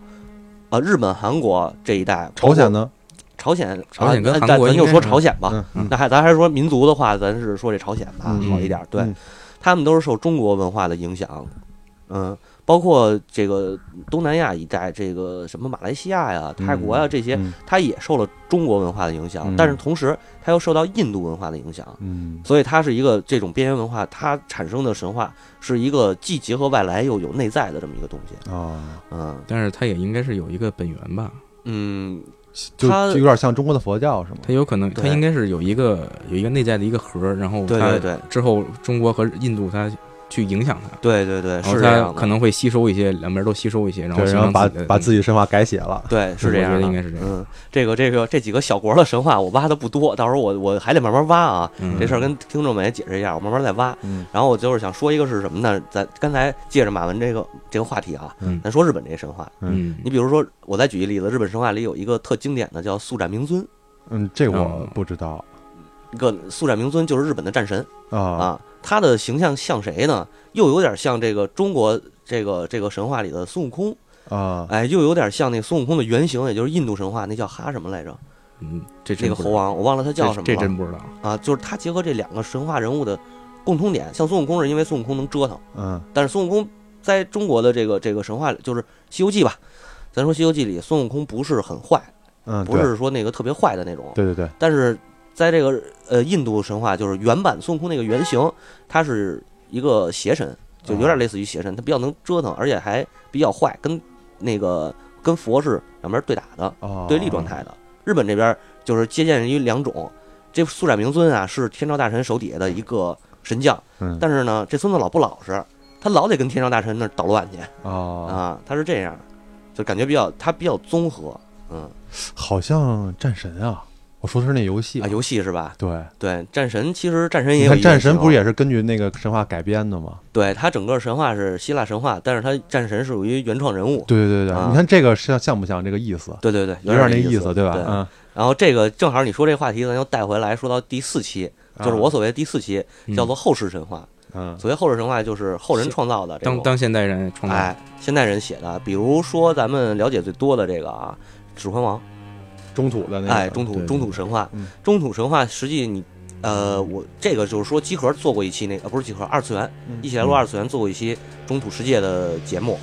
S1: 呃日本、韩国这一带，
S2: 朝鲜呢？
S1: 朝鲜，
S3: 朝鲜跟
S1: 啊
S3: 韩
S1: 咱
S3: 国
S1: 咱
S3: 应
S1: 就
S3: 该
S1: 说
S3: 是
S1: 朝鲜吧。
S2: 嗯
S3: 嗯
S1: 那还咱还说民族的话，咱是说这朝鲜吧
S2: 嗯
S1: 好一点。对
S2: 嗯，
S1: 他们都是受中国文化的影响，嗯，包括这个东南亚一带，这个什么马来西亚呀、泰国呀啊这些，
S2: 嗯
S1: 它也受了中国文化的影响
S2: 嗯，
S1: 但是同时它又受到印度文化的影响。
S2: 嗯，
S1: 所以它是一个这种边缘文化，它产生的神话是一个既结合外来又有内在的这么一个东西。
S2: 啊，
S1: 嗯
S3: 但是它也应该是有一个本源吧，
S1: 嗯，
S2: 就
S1: 他
S2: 就有点像中国的佛教是吗？
S3: 它有可能，它
S1: 对
S3: 应该是有一个有一个内在的一个核，然后
S1: 对
S3: 嗯它
S1: 对对
S3: 之后中国和印度它去影响他，
S1: 对对对，
S3: 然后
S1: 是这样
S3: 他
S1: 的，
S3: 哦可能会吸收一些，两边都吸收一些，然后
S2: 对，
S3: 形
S2: 然后
S3: 成
S2: 把
S3: 己的
S2: 把自己神话改写了。
S1: 对是这
S3: 我
S1: 样
S3: 觉
S1: 的，
S3: 得应该是这样。
S1: 嗯，这个这个这几个小国的神话我挖的不多，到时候我我还得慢慢挖啊。
S3: 嗯
S1: 这事儿跟听众们也解释一下，我慢慢再挖。
S2: 嗯
S1: 然后我就是想说一个是什么呢？咱刚才借着马文这个这个话题啊，
S3: 嗯
S1: 咱说日本这些神话。
S3: 嗯
S1: 你比如说，我再举一例子，日本神话里有一个特经典的叫速战明尊，
S2: 嗯，这我
S3: 嗯
S2: 不知道
S1: 一个速战明尊就是日本的战神
S2: 啊。
S1: 啊。他的形象像谁呢？又有点像这个中国这个这个神话里的孙悟空，
S2: 啊
S1: 哎，又有点像那孙悟空的原型，也就是印度神话那叫哈什么来着？
S3: 嗯，这真
S1: 那个
S3: 不
S1: 猴
S3: 知道
S1: 王，我忘了他叫
S3: 这
S1: 什么
S3: 这
S1: 了
S3: 真不知道。
S1: 啊。就是他结合这两个神话人物的共通点，像孙悟空是因为孙悟空能折腾。
S2: 嗯
S1: 但是孙悟空在中国的这个这个神话里，就是《西游记》吧，咱说《西游记》里，孙悟空不是很坏，
S3: 啊
S2: 嗯，
S1: 不
S2: 对
S1: 是说那个特别坏的那种。
S2: 对对对，
S1: 但是在这个呃印度神话，就是原版孙悟空那个原型，他是一个邪神，就有点类似于邪神，他比较能折腾，而且还比较坏，跟那个跟佛是两边对打的，
S2: 哦，
S1: 对立状态的。日本这边就是接见于两种，这速斩明尊啊是天照大神手底下的一个神将。
S2: 嗯，
S1: 但是呢，这孙子老不老实，他老得跟天照大神那儿捣乱去
S2: 啊，
S1: 啊，他是这样，就感觉比较他比较综合，嗯
S2: 好像战神啊，我说的是那游戏
S1: 啊，游戏是吧？
S2: 对，
S1: 对，战神其实战神也
S2: 你
S1: 有哦
S2: 看
S1: 一个
S2: 战神不是
S1: 原型
S2: 也是根据那个神话改编的吗？
S1: 对他整个神话是希腊神话，但是他战神是属于原创人物，
S2: 对对对
S1: 啊
S2: 对，你看这个像像不像这个意思？
S1: 对对对，
S2: 有
S1: 点
S2: 点那
S1: 意
S2: 思，对吧？嗯，
S1: 然后这个正好你说这话题，咱就带回来说到第四期，就是我所谓的第四期
S3: 嗯
S1: 叫做后世神话。
S2: 啊嗯
S1: 所谓后世神话，就是后人创造的这
S3: 当
S1: 种。
S3: 当现代人创
S1: 哎
S3: 造，，
S1: 现代人写的，比如说咱们了解最多的这个啊，《指环王》。
S2: 中土的那个，
S1: 哎，中土
S3: 对
S1: 中土神话
S2: 嗯，
S1: 中土神话实际你，呃，我这个就是说，集合做过一期那个，呃不是集合，二次元，
S2: 嗯
S1: 一起来录二次元做过一期中土世界的节目，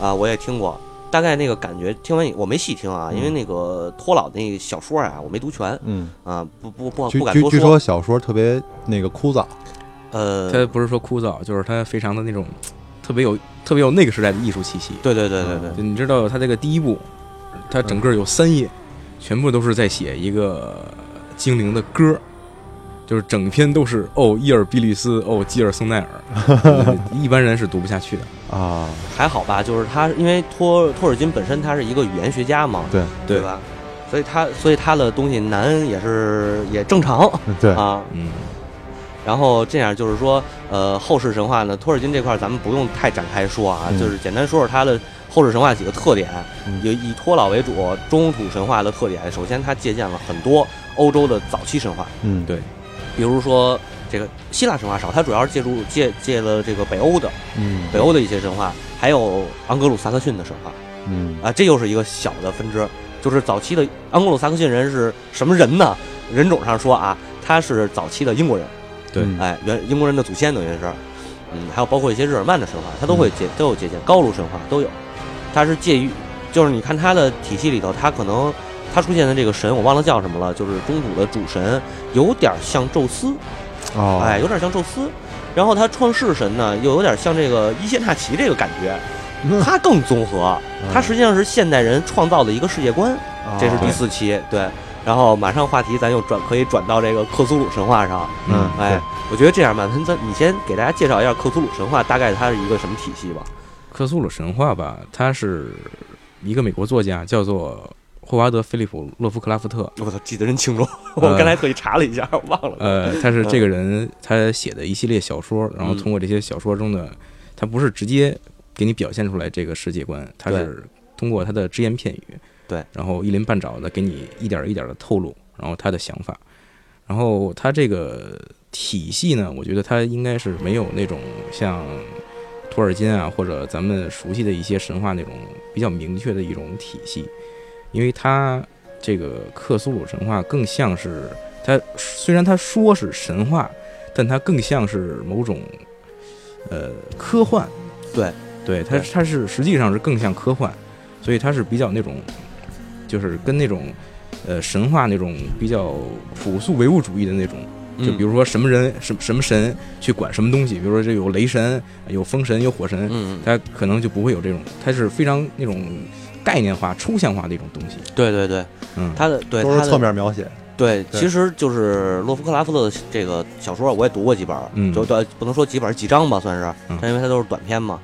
S1: 啊，我也听过，大概那个感觉，听完以我没细听啊，因为那个托老那个小说啊，我没读全
S2: 嗯，
S1: 啊，不不不
S2: 据
S1: 不敢
S2: 据
S1: 多
S2: 据，说小说特别那个枯燥，
S1: 呃，
S3: 他不是说枯燥，就是他非常的那种特别有特别有那个时代的艺术气息。
S1: 对对对对对
S2: 嗯
S3: 就你知道他这个第一部，他整个有三页，全部都是在写一个精灵的歌，就是整篇都是哦伊尔比利斯哦基尔松奈尔， 一般人是读不下去的。
S2: 啊，
S1: 还好吧，就是他，因为托托尔金本身他是一个语言学家嘛，
S2: 对
S1: 对吧？所以他所以他的东西难也是也正常
S2: 对，
S1: 啊，
S3: 嗯，
S1: 然后这样就是说，呃，后世神话呢，托尔金这块儿咱们不用太展开说啊，
S2: 嗯
S1: 就是简单说说他的后世神话几个特点，
S2: 嗯
S1: 有以托老为主，中土神话的特点。首先，他借鉴了很多欧洲的早期神话，
S2: 嗯
S3: 对
S1: 比如说这个希腊神话少，它主要是借助借借了这个北欧的
S2: 嗯
S1: 北欧的一些神话，还有盎格鲁撒克逊的神话
S2: 嗯
S1: 啊，这又是一个小的分支。就是早期的盎格鲁撒克逊人是什么人呢？人种上说啊，他是早期的英国人。
S3: 对
S2: 嗯
S1: 哎，原英国人的祖先等于是，嗯，还有包括一些日耳曼的神话，它都会
S2: 嗯
S1: 借都有借鉴，高卢神话都有，它是介于，就是你看它的体系里头，它可能它出现的这个神我忘了叫什么了，就是中土的主神，有点像宙斯，
S2: 哦，
S1: 哎，有点像宙斯，然后它创世神呢又有点像这个伊谢纳奇这个感觉，
S2: 嗯
S1: 它更综合，它实际上是现代人创造的一个世界观，
S2: 哦
S1: 这是第四期，对。然后马上话题咱又转可以转到这个克苏鲁神话上，
S2: 嗯
S1: 哎，我觉得这样吧，咱咱你先给大家介绍一下克苏鲁神话，大概它是一个什么体系吧？
S3: 克苏鲁神话吧，他是一个美国作家，叫做霍华德·菲利普·洛夫克拉夫特。
S1: 我操，记得真清楚，
S2: 嗯
S3: 我刚才
S1: 特意查了一下，我忘了。
S3: 呃，他是这个人他写的一系列小说，然后通过这些小说中的，他不是直接给你表现出来这个世界观，他是通过他的只言片语，
S1: 对，
S3: 然后一鳞半爪的给你一点儿一点的透露，然后他的想法，然后他这个体系呢，我觉得他应该是没有那种像。托尔金啊，或者咱们熟悉的一些神话那种比较明确的一种体系，因为它这个克苏鲁神话更像是它，虽然它说是神话，但它更像是某种呃科幻。
S1: 对，
S3: 对，它
S1: 对
S3: 它是实际上是更像科幻，所以它是比较那种，就是跟那种呃神话那种比较朴素唯物主义的那种。
S2: 嗯
S3: 就
S1: 嗯
S3: 比如说什么人、什么什么神去管什么东西，比如说这有雷神、有风神、有火神，
S1: 嗯，嗯，
S3: 它可能就不会有这种，它是非常那种概念化、抽象化的一种东西。
S1: 对对对，
S3: 嗯，
S1: 它的对
S2: 都
S1: 它
S2: 是
S1: 的
S2: 侧面描写，
S1: 对，
S2: 对
S1: 其实就是洛夫克拉夫特的这个小说，我也读过几本儿，
S3: 嗯
S1: 就短不能说几本儿几章吧，算是，
S3: 嗯
S1: 但因为它都是短篇嘛。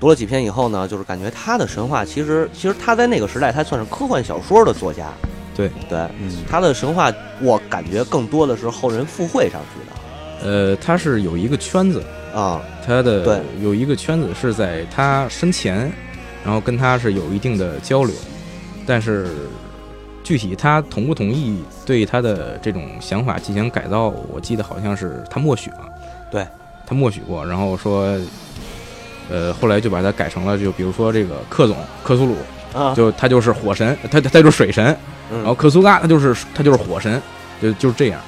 S1: 读了几篇以后呢，就是感觉他的神话其实，其实他在那个时代，他算是科幻小说的作家。
S3: 对
S1: 对，
S2: 嗯
S1: 他的神话，我感觉更多的是后人附会上去
S3: 呃，他是有一个圈子，
S1: 的啊、
S3: 他
S1: 对
S3: 的有一个圈子是在他生前，然后跟他是有一定的交流，但是具体他同不同意对他的这种想法进行改造，我记得好像是他默许了，
S1: 对，
S3: 他默许过，然后说，呃，后来就把它改成了，就比如说这个克总克苏鲁，
S1: 啊，嗯
S3: 就他就是火神，他他他就是水神，
S1: 然
S3: 然后克苏嘎他就是他就是火神，就就是这样。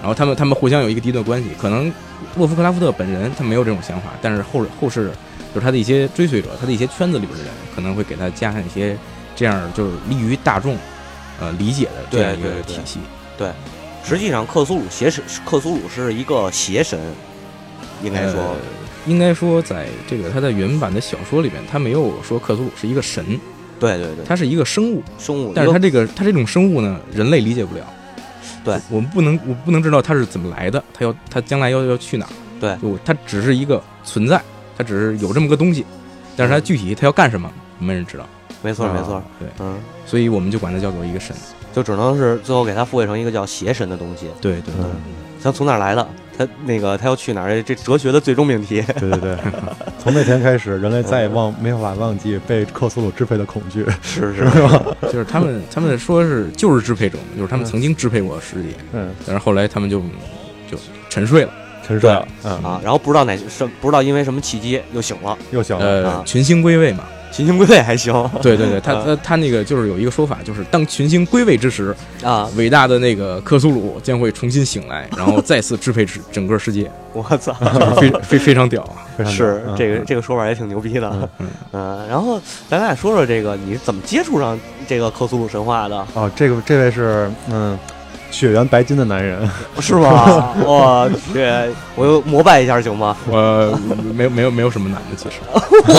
S3: 然后他们他们互相有一个敌对关系，可能洛夫克拉夫特本人他没有这种想法，但是后后世就是他的一些追随者，他的一些圈子里边的人可能会给他加上一些这样就是利于大众呃理解的这样
S1: 对
S3: 一个
S1: 对对
S3: 体系。
S1: 实际上克苏鲁邪神，克苏鲁是一个邪神，应该说，
S3: 呃应该说在这个他的原版的小说里边，他没有说克苏鲁是一个神，
S1: 对对对，
S3: 他是一个生物，
S1: 生物，
S3: 但是
S1: 一
S3: 他
S1: 个
S3: 这个他这种生物呢，人类理解不了。
S1: 对，
S3: 我们不能，我不能知道他是怎么来的，他要他将来要要去哪儿？
S1: 对
S3: 就他只是一个存在，他只是有这么个东西，但
S1: 嗯
S3: 是他具体他要干什么，没人知道。
S1: 没错没错
S3: 啊，，对，
S1: 嗯，
S3: 所以我们就管他叫做一 个神。
S1: 就只能是最后给他附会成一个叫邪神的东西。
S3: 对对
S2: 嗯，
S1: 他从哪儿来的？他那个他要去哪儿？这哲学的最终命题。
S2: 对对对，从那天开始，人类再也忘没法忘记被克苏鲁支配的恐惧，
S1: 是
S2: 是
S1: 是，
S2: 吧？
S3: 就是他们他们说是就是支配者，就
S1: 嗯
S3: 是他们曾经支配过世界，
S2: 嗯，
S3: 但是后来他们就就沉睡了，
S2: 沉睡了，嗯，
S1: 啊，然后不知道哪什不知道因为什么契机又醒了，
S2: 又醒了，
S3: 呃
S1: 啊，
S3: 群星归位嘛。
S1: 群星归位还行
S3: 对对对，他
S1: 啊
S3: 他他那个就是有一个说法，就是当群星归位之时，
S1: 啊！
S3: 伟大的那个克苏鲁将会重新醒来，然后再次支配整整个 世界，
S1: 我操，
S3: 就是 非非非常屌啊！
S2: 非常
S1: 是
S2: 嗯
S1: 这个这个说法也挺牛逼的
S3: 嗯，
S1: 嗯，然后咱俩说说这个你怎么接触上这个克苏鲁神话的，
S2: 哦，这个这位是嗯，血缘白金的男人，
S1: 是 吗？我去，我又膜拜一下行 吗？
S3: 我没有没有没有什么难的，其实，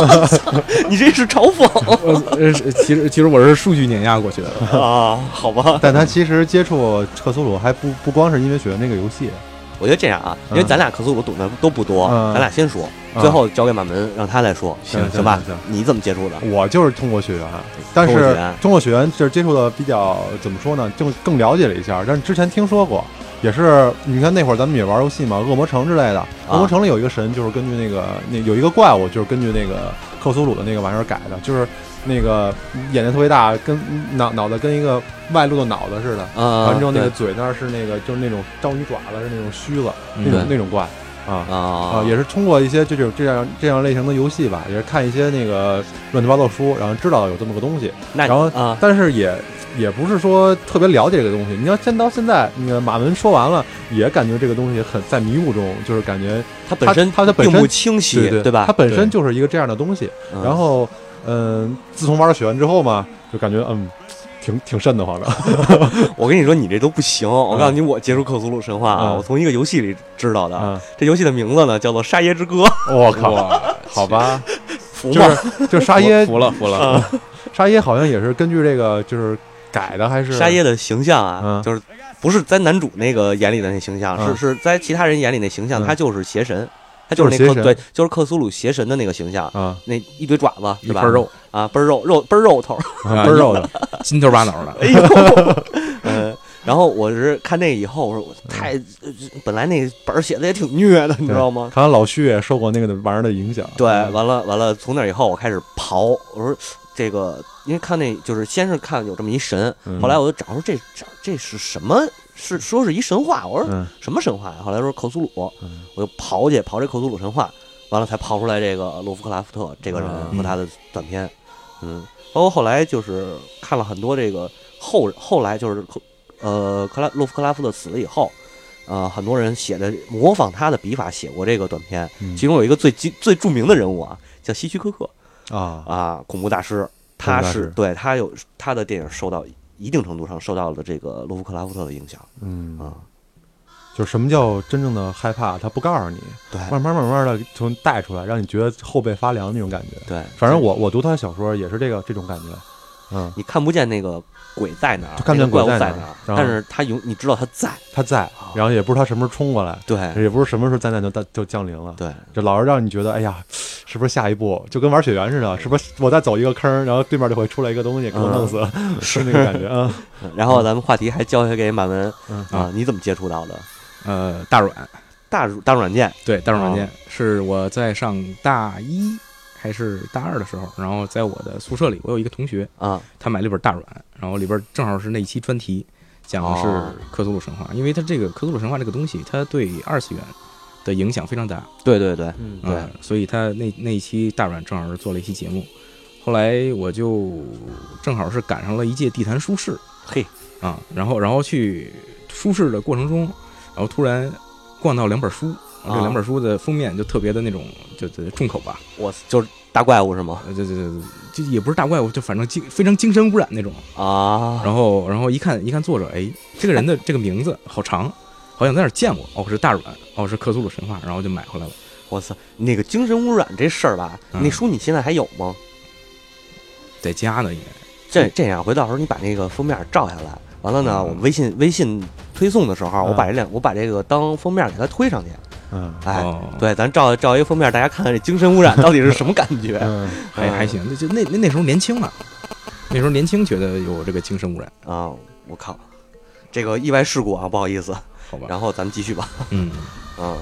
S1: 你这是嘲讽
S3: 我呃是其实其实我是数据碾压过去的，
S1: 啊？好吧，
S2: 但他其实接触克苏鲁还不不光是因为血缘这个游戏，
S1: 我觉得这样啊，因为咱俩克苏鲁懂得都不多，
S2: 嗯
S1: 咱俩先说，
S2: 嗯
S1: 最后交给马门让他来说，
S2: 行
S1: 行
S2: 行
S1: 吧
S2: 行行？
S1: 你怎么接触的？
S2: 我就是通过血缘，但
S1: 通过血
S2: 是
S1: 缘
S2: 通过血缘就是接触的比较怎么说呢，更更了解了一下，但是之前听说过，也是你看那会儿咱们也玩游戏嘛，恶魔城之类的，
S1: 啊
S2: 恶魔城里有一个神就是根据那个那有一个怪物就是根据那个克苏鲁的那个玩意儿改的，就是那个眼睛特别大，跟脑脑袋跟一个外露的脑袋似的，
S1: 啊，
S2: 完之嗯后那
S1: 对
S2: 个嘴那儿是那个就是那种章鱼爪子是那种须子那
S3: 嗯
S2: 种那种怪啊。啊
S1: 啊，
S2: 也是通过一些这种这样这样类型的游戏吧，也是看一些那个乱七八糟书，然后知道有这么个东西，
S1: 那
S2: 然后
S1: 啊，
S2: 但是也也不是说特别了解这个东西。你要先到现在，那个马文说完了，也感觉这个东西很在迷雾中，就是感觉
S1: 它本身
S2: 它它本
S1: 并
S2: 身
S1: 不清晰，
S2: 对
S1: 吧？
S2: 它本身
S3: 对
S2: 就是一个这样的东西。
S1: 嗯
S2: 然后，嗯，自从玩了血缘之后嘛，就感觉嗯，挺挺瘆得慌
S1: 啊
S2: 的。
S1: 我跟你说，你这都不行。我告诉你，我接触克苏鲁神话啊，
S2: 嗯
S1: 我从一个游戏里知道的。
S2: 啊，
S1: 这游戏的名字呢叫做《沙耶之歌》，
S2: 我靠，
S3: 哇，
S2: 好吧，嗯
S1: 服
S2: 就
S1: 吗？
S2: 是就是 沙耶，
S3: 服了服了，
S1: 啊，
S2: 沙耶好像也是根据这个就是改的，还是
S1: 沙耶的形象啊，
S2: 嗯
S1: 就是不是在男主那个眼里的那形象，
S2: 嗯
S1: 是是在其他人眼里那形象，
S2: 嗯
S1: 他就是邪神，他
S2: 就
S1: 是
S2: 是
S1: 那
S2: 邪
S1: 克
S2: 神
S1: 对，就是克苏鲁邪神的那个形象，
S2: 啊，
S1: 那一堆爪子
S3: 一
S1: 是吧？
S3: 块肉，
S1: 啊，倍儿肉肉倍儿肉头 儿，
S2: 啊倍儿肉的，
S3: 筋头巴脑的，
S1: 哎呦， 嗯。然后我是看那以后，我说我太、呃本来那本儿写的也挺虐的，你知道吗？
S2: 看来老徐也受过那个玩意儿的影响。
S1: 对，完了完了，从那以后我开始刨，我说这个，因为看那就是先是看有这么一神，
S2: 嗯
S1: 后来我就找说这这这是什么？是说是一神话？我说
S2: 嗯
S1: 什么神话呀？后来说克苏鲁，
S2: 嗯
S1: 我就刨去刨这克苏鲁神话，完了才刨出来这个罗夫克拉夫特这个人
S2: 嗯
S1: 和他的短片，嗯，包括后来就是看了很多这个后后来就是克呃克拉洛夫克拉夫特死了以后，呃，很多人写的模仿他的笔法写过这个短片，
S2: 嗯
S1: 其中有一个最基最著名的人物啊，叫希区柯克
S2: 啊，
S1: 啊，恐怖大师，
S2: 恐
S1: 他
S2: 怖大
S1: 是
S2: 师
S1: 对他有他的电影受到一定程度上受到了这个洛夫克拉夫特的影响
S2: 嗯
S1: 啊，
S2: 就是什么叫真正的害怕，他不告诉你，
S1: 对
S2: 慢慢慢慢的从带出来，让你觉得后背发凉那种感觉。
S1: 对，
S2: 反正我我读他的小说也是这个这种感觉，嗯，
S1: 你看不见那个鬼在哪儿，
S2: 就看不
S1: 那
S2: 见
S1: 个怪
S2: 鬼
S1: 物
S2: 在
S1: 在
S2: 哪儿
S1: 儿，
S2: 然后
S1: 但是他永你知道他在，
S2: 他在，然后也不知道他什么时候冲过来，
S1: 对
S2: 也不是什么时候灾难就到就降临了。
S1: 对，
S2: 这老是让你觉得，哎呀，是不是下一步就跟玩雪原似的？是不是我再走一个坑，然后对面就会出来一个东西给我弄死？是那个感觉啊。
S1: 嗯 然后咱们话题还交回给马文
S2: 嗯
S1: 啊，你怎么接触到的？
S3: 呃，大软，
S1: 大软大软件
S3: 对，大软
S2: 哦
S3: 软件是我在上大一还是大二的时候，然后在我的宿舍里，我有一个同学，
S1: 啊，
S3: 他买了一本大软，然后里边正好是那一期专题，讲的
S1: 哦
S3: 是科苏鲁神话，因为它这个科苏鲁神话这个东西，它对二次元的影响非常大，
S1: 对对对，
S2: 嗯
S1: 对
S3: 嗯，所以他那那一期大软正好是做了一期节目，后来我就正好是赶上了一届地坛书市
S1: 嘿
S3: 啊，然后然后去书市的过程中，然后突然逛到两本书，然
S1: 啊
S3: 后这两本书的封面就特别的那种，就就重口吧，
S1: 我就是大怪物是吗？
S3: 呃，就就就就也不是大怪物，就反正精非常精神污染那种。
S1: 啊，
S3: 然后然后一看一看作者，哎，这个人的这个名字好长，好像在哪儿见过，哦是大软，哦是克苏鲁神话，然后就买回来了。
S1: 我操，那个精神污染这事儿吧，
S3: 嗯
S1: 那书你现在还有吗？
S3: 在家呢应该。
S2: 嗯
S1: 这这样，回到时候你把那个封面照下来，完了呢，
S3: 嗯
S1: 我微信微信推送的时候，
S2: 嗯
S1: 我把这两我把这个当封面给它推上去。
S2: 嗯
S1: 哎，
S3: 哦
S1: 对，咱照照一封面，大家看看这精神污染到底是什么感 觉？
S2: 嗯，
S3: 还还行，那就那那那时候年轻嘛，那时候年轻觉得有这个精神污染，
S1: 啊、我靠，这个意外事故啊，不好意思。
S3: 好吧？
S1: 然后咱们继续吧。
S3: 嗯，
S1: 嗯，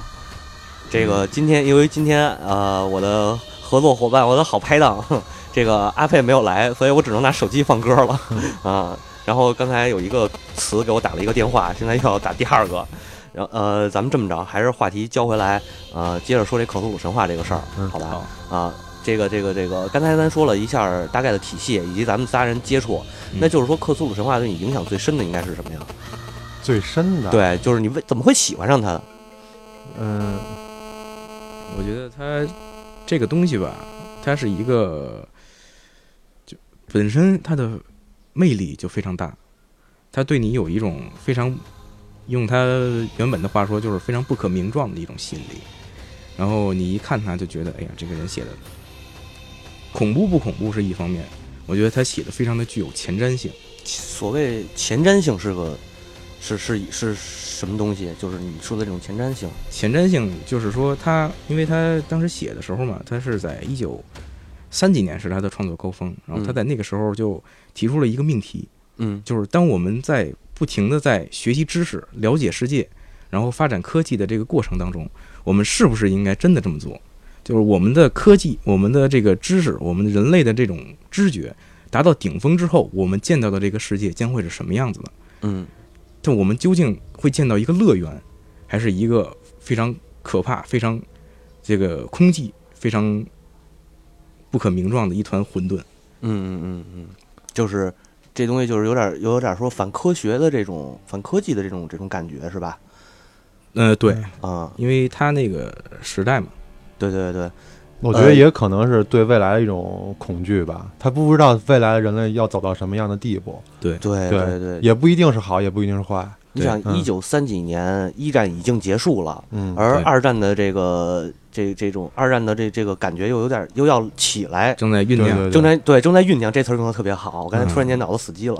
S1: 这个今天因为今天呃，我的合作伙伴，我的好拍档， 哼这个阿佩没有来，所以我只能拿手机放歌了啊、然后刚才有一个词给我打了一个电话，现在又要打第二个。然后呃，咱们这么着，还是话题交回来，呃，接着说这克苏鲁神话这个事儿，
S2: 嗯
S1: 好吧？
S3: 好，
S1: 啊，这个这个这个，刚才咱说了一下大概的体系，以及咱们仨人接触，
S3: 嗯
S1: 那就是说克苏鲁神话对你影响最深的应该是什么呀？
S2: 最深的，，
S1: 对，就是你为怎么会喜欢上它？
S2: 嗯
S3: 我觉得它这个东西吧，它是一个就本身它的魅力就非常大，它对你有一种非常用它原本的话说就是非常不可名状的一种吸引力，然后你一看它就觉得，哎呀，这个人写的恐怖不恐怖是一方面，我觉得他写的非常的具有前瞻性。
S1: 所谓前瞻性是个是是是什么东西？就是你说的这种前瞻性
S3: 前瞻性就是说他，因为他当时写的时候嘛，他是在一九三几年是他的创作高峰，然后他
S1: 嗯
S3: 在那个时候就提出了一个命题，
S1: 嗯
S3: 就是当我们在不停的在学习知识、了解世界，然后发展科技的这个过程当中，我们是不是应该真的这么做？就是我们的科技、我们的这个知识、我们人类的这种知觉达到顶峰之后，我们见到的这个世界将会是什么样子的？
S1: 嗯
S3: 但我们究竟会见到一个乐园，还是一个非常可怕、非常这个空寂、非常不可名状的一团混沌？
S1: 嗯嗯嗯嗯，就是这东西就是有点有点说反科学的这种反科技的这种这种感觉是吧？
S3: 呃，对，
S2: 嗯
S1: 啊、
S3: 因为它那个时代嘛，
S1: 对对对，
S2: 我觉
S1: 呃
S2: 得也可能是对未来的一种恐惧吧。他不知道未来人类要走到什么样的地步，
S3: 对，
S1: 对对对，
S2: 也不一定是好，也不一定是坏。
S1: 你想
S2: 对嗯
S1: 一九三几年一战已经结束了，
S2: 嗯，
S1: 而
S3: 对
S1: 二战的这个这这种二战的这这个感觉又有点又要起来，
S3: 正在
S2: 对
S3: 酝酿。
S2: 对
S1: 正
S2: 对，
S1: 在对正在酝酿，这词儿用的特别好，我刚
S3: 嗯
S1: 才突然间脑子死机了、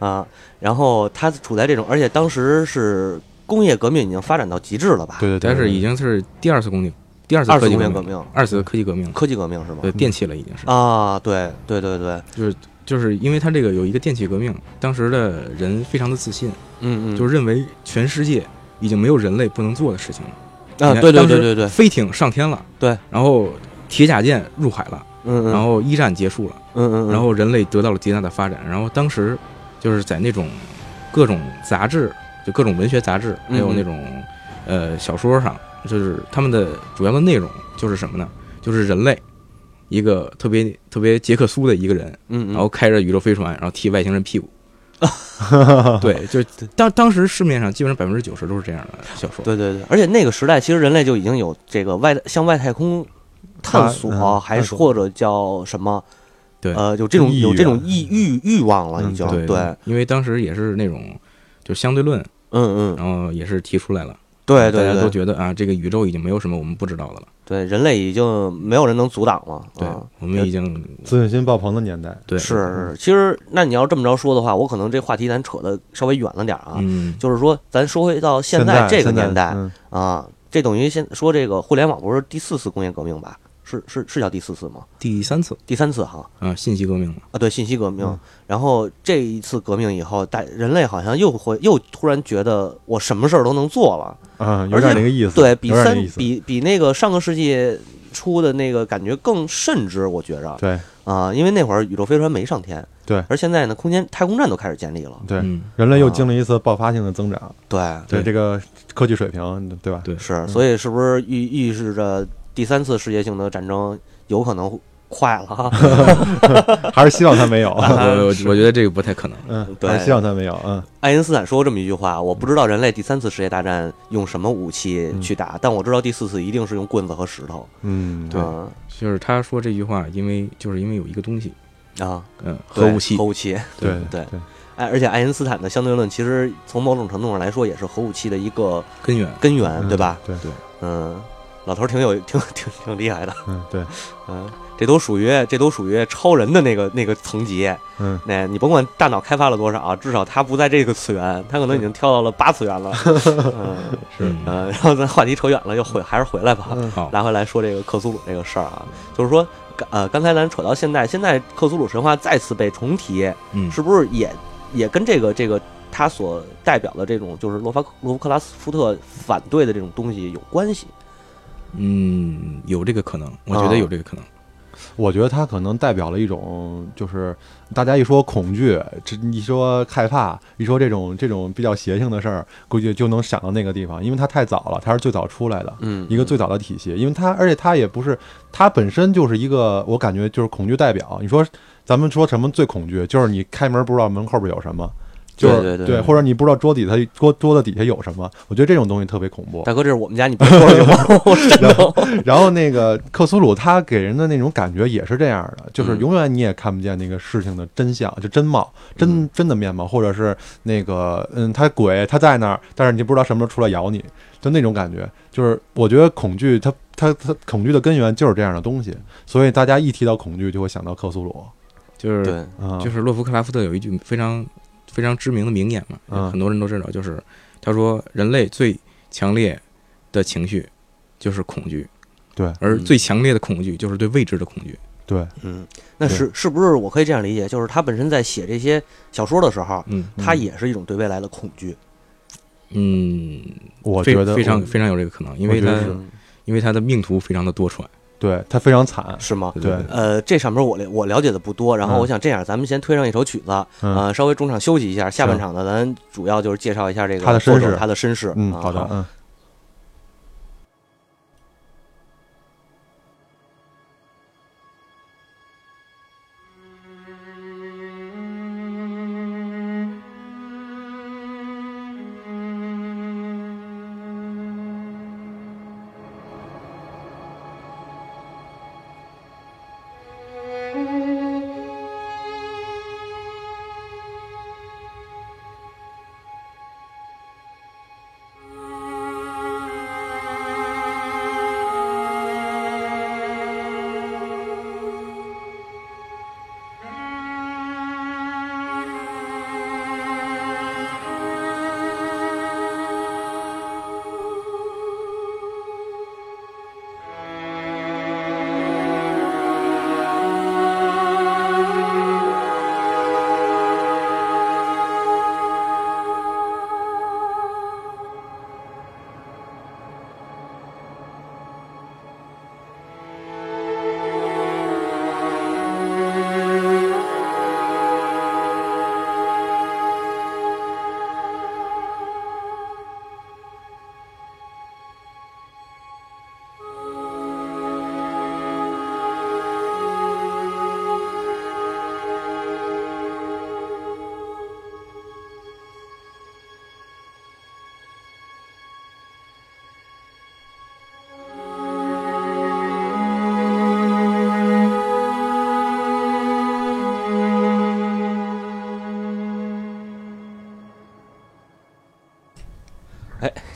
S1: 啊。然后它处在这种，而且当时是工业革命已经发展到极致了吧？，
S2: 对对对，
S3: 但是已经是第二次工业，第二次
S1: 二
S3: 科
S1: 次
S3: 技
S1: 工业革
S3: 革命，
S1: 命，
S3: 二次科技革命，
S1: 科技革命是吗？
S3: 对，电器了已经是，
S1: 啊，对对对对，
S3: 就是就是因为它这个有一个电器革命，当时的人非常的自信，
S1: 嗯嗯，
S3: 就是是认为全世界已经没有人类不能做的事情了。
S1: 啊，
S3: 你看
S1: 对对
S3: 当时
S1: 对对对，
S3: 飞艇上天了，
S1: 对，
S3: 然后铁甲舰入海了，
S1: 嗯嗯，
S3: 然后一战结束了，
S1: 嗯嗯，嗯
S3: 然后人类得到了极大的发展。然后当时就是在那种各种杂志，就各种文学杂志，还有
S1: 嗯嗯
S3: 那种呃小说上，就是他们的主要的内容就是什么呢？就是人类一个特别特别杰克苏的一个人，
S1: 嗯嗯，
S3: 然后开着宇宙飞船，然后踢外星人 屁股。对，就当当时市面上基本上百分之九十都是这样的小说。
S1: 对对对，而且那个时代，其实人类就已经有这个外向外太空探索，
S2: 啊嗯
S1: 还
S2: 探
S1: 是
S2: 索
S1: 或者叫什么？
S3: 对
S1: 呃，有这种
S2: 意
S1: 有这种
S2: 愿
S1: 欲欲欲望了，已
S2: 嗯
S1: 经、
S3: 对
S1: 对，，
S3: 因为当时也是那种就相对论，
S1: 嗯嗯，
S3: 然后也是提出来了。
S1: 对对
S3: 大家
S1: 对
S3: 都觉得啊，这个宇宙已经没有什么我们不知道的了。
S1: 对，人类已经没有人能阻挡了。
S3: 对
S1: 嗯，
S3: 我们已经
S2: 自信心爆棚的年代，
S3: 对
S1: 是啊是，其实那你要这么着说的话，我可能这话题咱扯的稍微远了点儿啊。
S3: 嗯，
S1: 就是说，咱说回到现
S2: 现在
S1: 这个
S2: 现在
S1: 年代
S2: 嗯
S1: 啊，这等于现说这个互联网不是第四次工业革命吧？是是是叫第四次吗？
S3: 第三次
S1: 第三次哈
S3: 啊，信息革 命了。
S1: 啊，对，信息革命
S2: 嗯。
S1: 然后这一次革命以后，大人类好像又会又突然觉得我什么事儿都能做了，
S2: 啊，有点那个意思，
S1: 对比
S2: 有点那
S1: 三
S2: 个意思，
S1: 比比那个上个世纪初的那个感觉更甚之，我觉着
S2: 对
S1: 啊，因为那会儿宇宙飞船没上天，
S2: 对
S1: 而现在呢，空间太空站都开始建立了，
S2: 对，
S3: 嗯，
S2: 人类又经历一次爆发性的增长，
S1: 对，
S2: 对嗯
S3: 对
S2: 这个科技水平，对吧？
S3: 对
S1: 是，所以是不是预预示着第三次世界性的战争有可能快了 哈？
S2: 还是希望他没 有，
S3: 我呃我我觉得这个不太可能。
S2: 嗯，
S1: 对
S2: 还是希望他没有，嗯，
S1: 爱因斯坦说过这么一句话：“我不知道人类第三次世界大战用什么武器
S3: 嗯
S1: 去打，但我知道第四次一定是用棍子和石头。
S2: 嗯，
S3: 对
S1: 嗯
S3: 就是他说这句话，因为就是因为有一个东西，”
S1: 啊，
S3: 嗯，核
S1: 对
S3: 武器
S1: 核，武器。
S2: 对
S1: 对
S2: 嗯对
S1: 哎，而且爱因斯坦的相对论其实从某种程度上来说也是核武器的一个
S3: 根源。
S1: 根源，对吧？？
S2: 对
S3: 对，
S1: 嗯，老头儿挺有挺挺挺厉害的。
S2: 嗯，对，
S1: 嗯，这都属于这都属于超人的那个那个层级。
S2: 嗯，
S1: 那你甭管大脑开发了多少，啊至少他不在这个次元，他可能已经跳到了八次元 了。嗯
S2: 是
S3: 嗯
S1: 呃，然后咱话题扯远了，又回还是回来吧，
S2: 嗯
S3: 好，
S1: 拉回来说这个克苏鲁这个事儿啊，就是说，呃，刚才咱扯到现在，现在克苏鲁神话再次被重提，
S3: 嗯，
S1: 是不是也也跟这个这个他所代表的这种就是洛发洛夫克拉斯夫特反对的这种东西有关系？
S3: 嗯，有这个可能，我觉
S1: 啊
S3: 得有这个可能。
S2: 我觉得它可能代表了一种，就是大家一说恐惧，这一说害怕，一说这种这种比较邪性的事儿，估计就能想到那个地方，因为它太早了，它是最早出来的。
S1: 嗯
S2: 一个最早的体系，因为它，而且它也不是，它本身就是一个，我感觉就是恐惧代表。你说，咱们说什么最恐惧？就是你开门不知道门后边有什么，就是
S1: 对对对
S2: 或者你不知道桌底下桌桌子底下有什么。我觉得这种东西特别恐怖。
S1: 大哥，这是我们家，你别说了行 吗？我 真
S2: 然
S1: 的
S2: 后，然后那个克苏鲁他给人的那种感觉也是这样的，
S3: 嗯
S2: 就是永远你也看不见那个事情的真相，就真貌、真
S3: 嗯
S2: 真的面貌，或者是那个嗯，他鬼他在那儿，但是你不知道什么时候出来咬你，就那种感觉。就是我觉得恐惧，它它它恐惧的根源就是这样的东西，所以大家一提到恐惧就会想到克苏鲁
S3: 就是
S1: 对，
S2: 啊，
S3: 就是洛夫克拉夫特有一句非常非常知名的名言嘛，
S2: 嗯
S3: 很多人都知道，就是他说人类最强烈的情绪就是恐惧，
S2: 对
S3: 而最强烈的恐惧就是对未知的恐惧。
S2: 对，
S1: 嗯，那是是不是我可以这样理解？就是他本身在写这些小说的时候，
S3: 嗯
S1: 他也是一种对未来的恐惧，
S3: 嗯，
S2: 我
S3: 非
S2: 觉得
S3: 非常
S2: 我
S3: 非常有这个可能，因
S2: 我
S3: 为
S2: 觉
S3: 他
S2: 得是
S1: 嗯
S3: 因为他的命途非常的多舛。
S2: 对他非常惨，
S1: 是吗？
S3: 对
S2: 对
S3: 对
S1: 呃，这上面我了我了解的不多，然后
S2: 嗯
S1: 我想这样，咱们先推上一首曲子，
S3: 啊
S2: 嗯
S1: 呃，稍微中场休息一下，下半场呢，咱主要就是介绍一下这个
S2: 他的身世
S1: 作者他的身世，
S2: 嗯，
S1: 啊
S2: 好的，嗯。
S4: Thank you.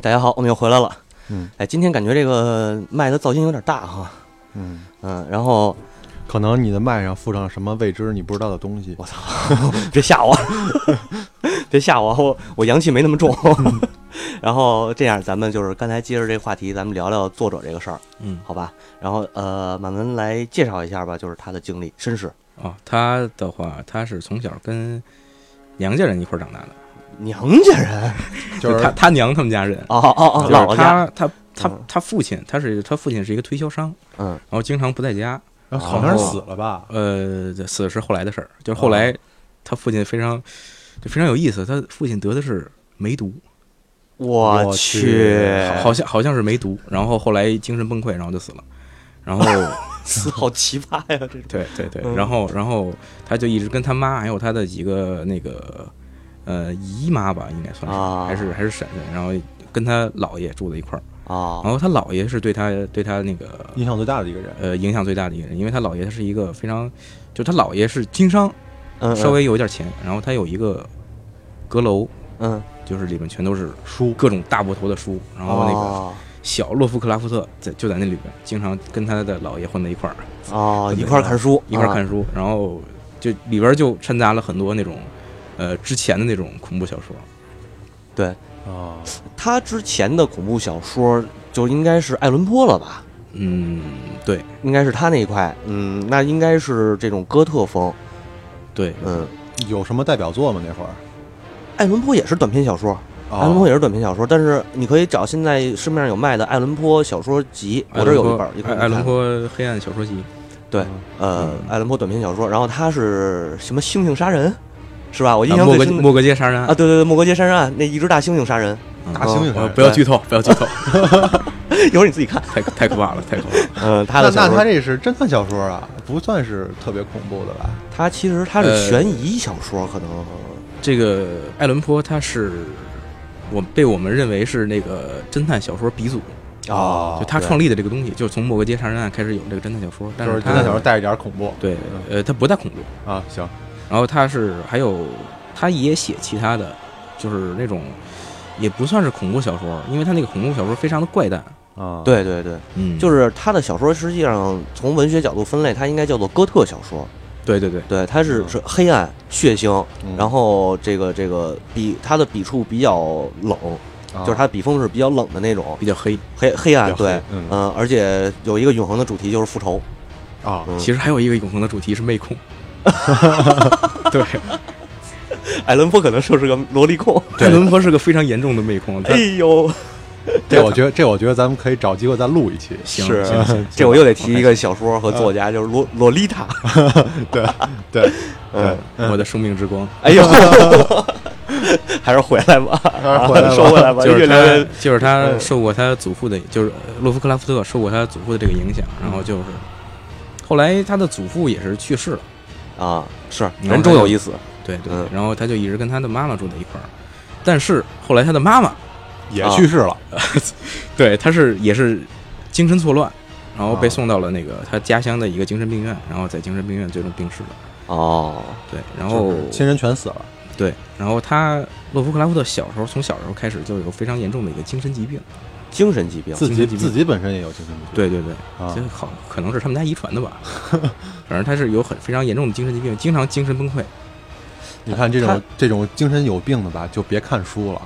S1: 大家好，我们又回来了。
S2: 嗯
S1: 哎，今天感觉这个麦的噪音有点大哈，
S2: 嗯，
S1: 嗯，然后
S2: 可能你的麦上附上什么未知你不知道的东西。
S1: 别吓我， 别吓我，我我阳气没那么重。
S2: 嗯
S1: 然后这样，咱们就是刚才接着这个话题，咱们聊聊作者这个事儿，
S3: 嗯
S1: 好吧？然后呃，满文来介绍一下吧，就是他的经历、身世。
S3: 啊，他的话，他是从小跟娘家人一块儿长大的，
S1: 娘家人，
S2: 就是
S3: 他他娘他们家人，
S1: 哦哦哦，
S3: 就
S1: 姥姥
S3: 是
S1: 家，
S3: 他他他
S1: 嗯
S3: 他父亲，他是他父亲是一个推销商，
S1: 嗯
S3: 然后经常不在家，
S2: 然呃后好像
S3: 哦
S2: 是死了吧？
S3: 呃，这死是后来的事儿，就是后
S1: 啊
S3: 来他父亲非常就非常有意思，他父亲得的是梅毒，
S1: 我
S2: 我去
S1: 哎
S3: 好好像好像是梅毒，然后后来精神崩溃，然后就死了， 然后
S1: 好奇葩呀，这种。
S3: 对对对
S1: 嗯，
S3: 然后然后他就一直跟他妈还有他的几个那个呃姨妈吧，应该算是、
S1: 啊
S3: 还是还是婶婶，然后跟他姥爷住在一块儿，然
S1: 哦，
S3: 后他姥爷是对他对他那个
S1: 嗯
S2: 印象最大的一个人，
S3: 呃影响最大的一个人，因为他姥爷他是一个非常，就他姥爷是经商，
S1: 嗯，
S3: 稍微有点钱，然后他有一个阁楼，
S1: 嗯，
S3: 就是里面全都是
S2: 书
S3: 各种大部头的书，然后那个
S1: 哦
S3: 小洛夫克拉夫特在就在那里边，经常跟他的姥爷混在一块儿，
S1: 哦，一块儿看书，
S3: 嗯一块儿
S1: 啊
S3: 看书，然后就里边就掺杂了很多那种，呃，之前的那种恐怖小说，
S1: 对
S2: 啊，
S1: 他之前的恐怖小说就应该是爱伦坡了吧？
S3: 嗯，对
S1: 应该是他那一块，嗯，那应该是这种哥特风，
S3: 对，
S1: 嗯，
S2: 有什么代表作吗？那会儿，
S1: 爱伦坡也是短篇小说，
S2: 哦
S1: 爱伦坡也是短篇小说，但是你可以找现在市面上有卖的爱伦坡小说集，我这儿有一本儿，一
S3: 爱
S1: 块
S3: 爱伦，坡嗯黑暗小说集，
S1: 对，呃，爱伦坡短篇小说，然后他是什么猩猩杀人，是吧？我印
S3: 啊
S1: 象
S3: 莫
S1: 最
S3: 格
S1: 深的
S3: 莫格街杀人
S1: 啊，
S3: 案，
S1: 对对对，莫格街杀人案那一只大猩猩杀人，
S2: 大猩猩杀
S3: 呃
S2: 人
S3: 不要剧透， 不要剧透，
S1: 一会儿你自己看，
S3: 太可太可怕了，太可怕了。
S1: 嗯，他
S2: 那
S1: 的小
S2: 那他
S1: 说，
S2: 这是侦探小说啊，不算是特别恐怖的吧？
S1: 他其实他是
S3: 呃
S1: 悬疑小说，可能
S3: 这个爱伦坡他是我被我们认为是那个侦探小说鼻祖，
S2: 哦
S3: 就他
S1: 对
S3: 创立的这个东西，就是从莫格街杀人案开始有这个侦探小说，但
S2: 就是是
S3: 他
S2: 侦探小说带一点恐怖
S3: 对，呃，他不大恐怖，
S2: 啊，行，
S3: 然后他是还有他也写其他的，就是那种也不算是恐怖小说，因为他那个恐怖小说非常的怪诞，
S2: 啊，，
S1: 哦对对对，
S3: 嗯，
S1: 就是是他的小说，实际上从文学角度分类，它应该叫做哥特小说。
S3: 对对对，
S1: 对，它是
S2: 嗯
S1: 是黑暗、血腥，
S2: 嗯
S1: 然后这个这个笔，它的笔触比较冷，
S2: 啊
S1: 就是它的笔锋是比较冷的那种
S3: 比较黑。
S1: 黑黑暗。
S2: 比较黑
S1: 对，
S2: 嗯
S1: 嗯，而且有一个永恒的主题就是复仇。
S2: 啊，
S1: 嗯
S3: 其实还有一个永恒的主题是妹控，对，
S1: 艾伦坡可能就是个萝莉控。
S3: 爱伦坡是个非常严重的妹控，他
S1: 哎呦，
S2: 这我觉得这我觉得咱们可以找机会再录一期，
S3: 行
S1: 是
S3: 行行，
S1: 这我又得提一个小说和
S2: 嗯
S1: 作家，就是洛洛丽塔。
S2: 对对对
S1: 嗯，
S3: 我的生命之光。
S1: 哎 呦，还是回来吧，
S2: 是回来吧
S1: 说回来吧，
S3: 就
S1: 嗯
S3: 是
S1: 越聊越
S3: 他，就是他受过他祖父的，就是洛夫克拉夫特受过他祖父的这个影响，然后就是后来他的祖父也是去世了，
S1: 啊，是
S3: 然后
S1: 人终有一死。
S3: 对对
S1: 嗯，
S3: 然后他就一直跟他的妈妈住在一块儿，但是后来他的妈妈
S2: 也去世了，
S3: 对他是也是精神错乱，然后被
S2: 啊
S3: 送到了那个他家乡的一个精神病院，然后在精神病院最终病逝了。
S1: 哦，
S3: 对，然后
S2: 就是亲人全死了，
S3: 对，然后他洛夫克拉夫特小时候从小时候开始就有非常严重的一个精神疾病，
S1: 嗯精神疾病
S2: 自
S3: 精
S2: 己
S3: 神疾病
S2: 自己本身也有精神病，
S3: 对对对，
S2: 对啊
S3: 这，好可能是他们家遗传的吧， 反正他是有很非常严重的精神疾病，经常精神崩溃。
S2: 你看这
S1: 他
S2: 种这种精神有病的吧，就别看书了，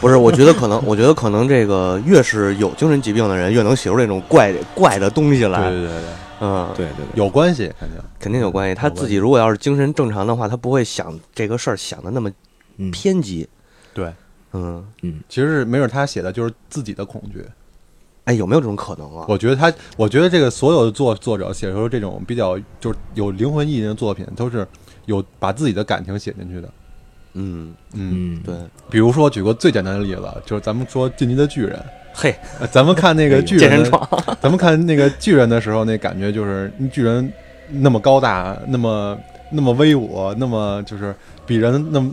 S1: 不是，我觉得可能，我觉得可能这个越是有精神疾病的人，越能写出这种怪怪的东西
S2: 对
S1: 来。
S2: 对对对，
S1: 嗯，
S3: 对对对，
S2: 有关系肯定，
S1: 肯定有关系。他
S2: 有关系
S1: 自己如果要是精神正常的话，他不会想这个事儿想的那么
S3: 嗯
S1: 偏激。
S2: 对，
S1: 嗯，
S2: 其实是没准他写的就是自己的恐惧，
S1: 哎，有没有这种可能啊？
S2: 我觉得他，我觉得这个所有的作作者写出这种比较就是有灵魂意义的作品，都是有把自己的感情写进去的。
S1: 嗯，
S2: 嗯，
S3: 嗯，
S1: 对，，
S2: 比如说举个最简单的例子，就是咱们说《进击的巨 人》
S1: 嘿，
S2: 呃，咱们看那
S3: 哎
S2: 个
S3: 呦
S2: 巨
S1: 健
S2: 人
S1: 身
S2: 的，
S1: 床
S2: 咱们看那个巨人的时候，那感觉就是巨人那么高大，那么那么威武，那么就是比人那么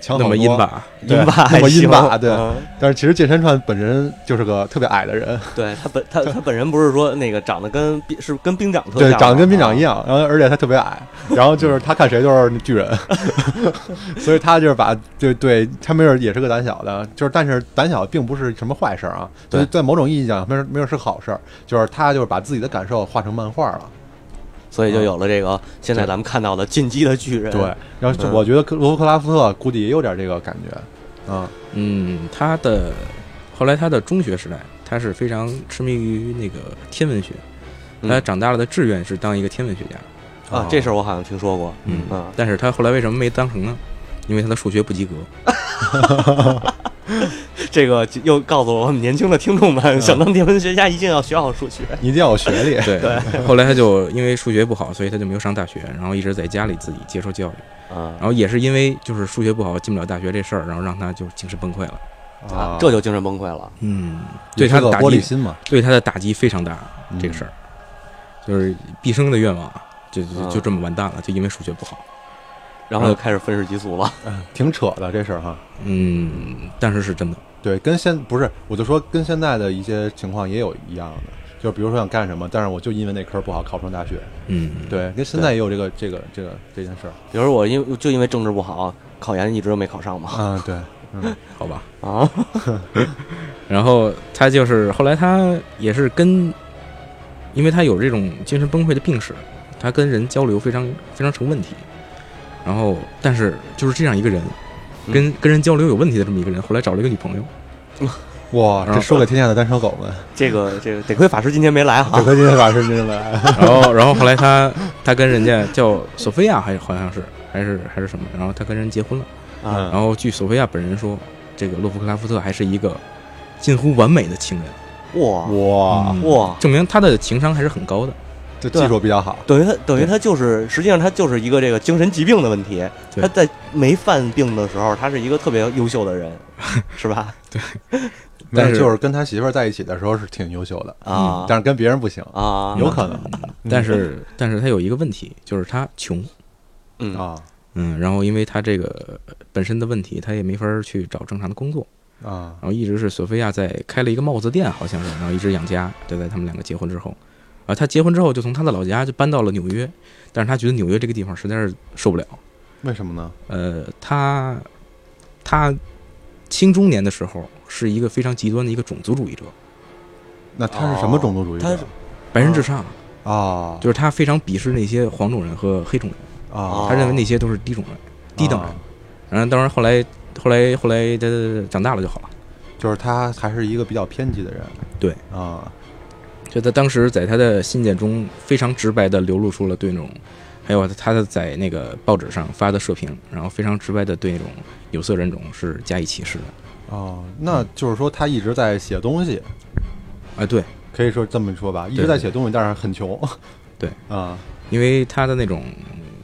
S2: 强
S3: 那
S2: 好
S3: 么
S2: 多
S3: 阴，吧，
S2: 对
S1: 英霸
S2: 那么
S1: 还行
S2: 阴霸，对。
S1: 嗯
S2: 但是其实剑山川本人就是个特别矮的人，
S1: 对他本他他本人不是说那个长得跟兵是跟兵长特
S2: 对，
S1: 像啊
S2: 长得
S1: 吗
S2: 跟兵
S3: 啊
S2: 长一样，然后而且他特别矮，然后就是他看谁就是巨人， 所以他就是把就对他没准也是个胆小的，就是但是胆小并不是什么坏事儿啊，
S1: 对
S2: 就是在某种意义上没准没准是好事儿，就是他就是把自己的感受画成漫画了，
S1: 所以就有了这个现在咱们看到的进击的巨人。
S2: 嗯对，然后就
S1: 嗯
S2: 我觉得克罗夫克拉夫特估计也有点这个感觉，啊，
S3: 嗯，他的后来他的中学时代，他是非常痴迷于那个天文学。
S1: 嗯
S3: 他长大了的志愿是当一个天文学家，
S2: 哦
S1: 啊，这事儿我好像听说过。
S3: 嗯
S1: 啊，
S3: 但是他后来为什么没当成呢？因为他的数学不及格。
S1: 这个又告诉我们年轻的听众
S2: 嗯
S1: 们，想当天文学家一定要学好数学。
S2: 你一定要有学历，
S3: 对，后来他就因为数学不好，所以他就没有上大学，然后一直在家里自己接受教育。
S1: 啊
S3: 然后也是因为就是数学不好进不了大学这事儿，然后让他就精神崩溃了。
S1: 啊
S2: 啊，，
S1: 这就精神崩溃了。
S3: 嗯，
S2: 也
S3: 对
S2: 是
S3: 他
S2: 个
S3: 的打
S2: 玻璃
S3: 击，
S2: 心嘛，
S3: 对他的打击非常大。
S2: 嗯
S3: 这个事儿，就是毕生的愿望啊，就就
S1: 啊
S3: 就这么完蛋了，就因为数学不好。
S1: 然
S2: 嗯
S1: 后又开始愤世嫉俗了。
S2: 挺扯的这事儿哈。
S3: 嗯，但是是真的。
S2: 对，跟现不是，我就说跟现在的一些情况也有一样的，就比如说想干什么，但是我就因为那科儿不好考不上大学，
S3: 嗯，
S2: 对，跟现在也有这个这个这个这件事儿，
S1: 比如我因就因为政治不好，考研一直都没考上嘛。
S2: 嗯，对，嗯，
S3: 好吧。
S1: 啊，
S3: 然后他就是后来他也是跟，因为他有这种精神崩溃的病史，他跟人交流非常非常成问题。然后，但是就是这样一个人，跟跟人交流有问题的这么一个人，后来找了一个女朋友。
S2: 哇，这
S3: 嗯
S2: 说给天下的单身 狗们，
S1: 这个这个得亏法师今天没来哈
S2: 这。和今天晚上真的来，
S3: 然后，然后后来他他跟人家叫索菲亚，还好像是还是还是什么，然后他跟人结婚了。
S2: 嗯
S1: 啊，
S3: 然后据索菲亚本人说，这个洛夫克拉夫特还是一个近乎完美的情人，
S1: 哇
S2: 哇，
S3: 嗯
S1: 哇，
S3: 证明他的情商还是很高的。
S2: 这技术比较好，
S1: 等于他等于他就是实际上他就是一个这个精神疾病的问题。
S3: 对
S1: 他在没犯病的时候，他是一个特别优秀的 人，是吧？
S2: 没
S3: 但
S2: 有
S3: 是
S2: 就是跟他媳妇儿在一起的时候是挺优秀的，
S1: 啊
S2: 嗯但是跟别人不行，
S1: 啊，
S2: 有可能
S3: 但嗯是，但是他有一个问题，就是他穷。
S1: 嗯
S2: 啊
S3: 嗯，然后因为他这个呃本身的问题，他也没法儿去找正常的工作，
S2: 啊
S3: 然后一直是索菲亚在开了一个帽子店，好像是，然后一直养家，就在他们两个结婚之后，啊，他结婚之后就从他的老家就搬到了纽约，但是他觉得纽约这个地方实在是受不了，
S2: 为什么呢？
S3: 呃，他他青中年的时候是一个非常极端的一个种族主义者，
S2: 那他是什么
S1: 哦
S2: 种族主义
S1: 他
S2: 者
S1: 是
S3: 白人至上，
S2: 啊？
S3: 就是哦他非常鄙视那些黄种人和黑种人，
S2: 啊
S1: 哦
S3: 他认为那些都是低种人、低等人，
S2: 啊
S3: 然后当然后来后来后来他长大了就好了。
S2: 就是他还是一个比较偏激的人，
S3: 对
S2: 啊，
S3: 就他当时在他的信件中非常直白地流露出了对那种，还有他的在那个报纸上发的社评，然后非常直白地对那种有色人种是加以歧视的。
S2: 哦，
S1: 嗯
S2: 那就是说他一直在写东西，
S3: 啊，对，
S2: 可以说这么说吧，一直在写东西，但是很穷。
S3: 对
S2: 啊
S3: 因为他的那种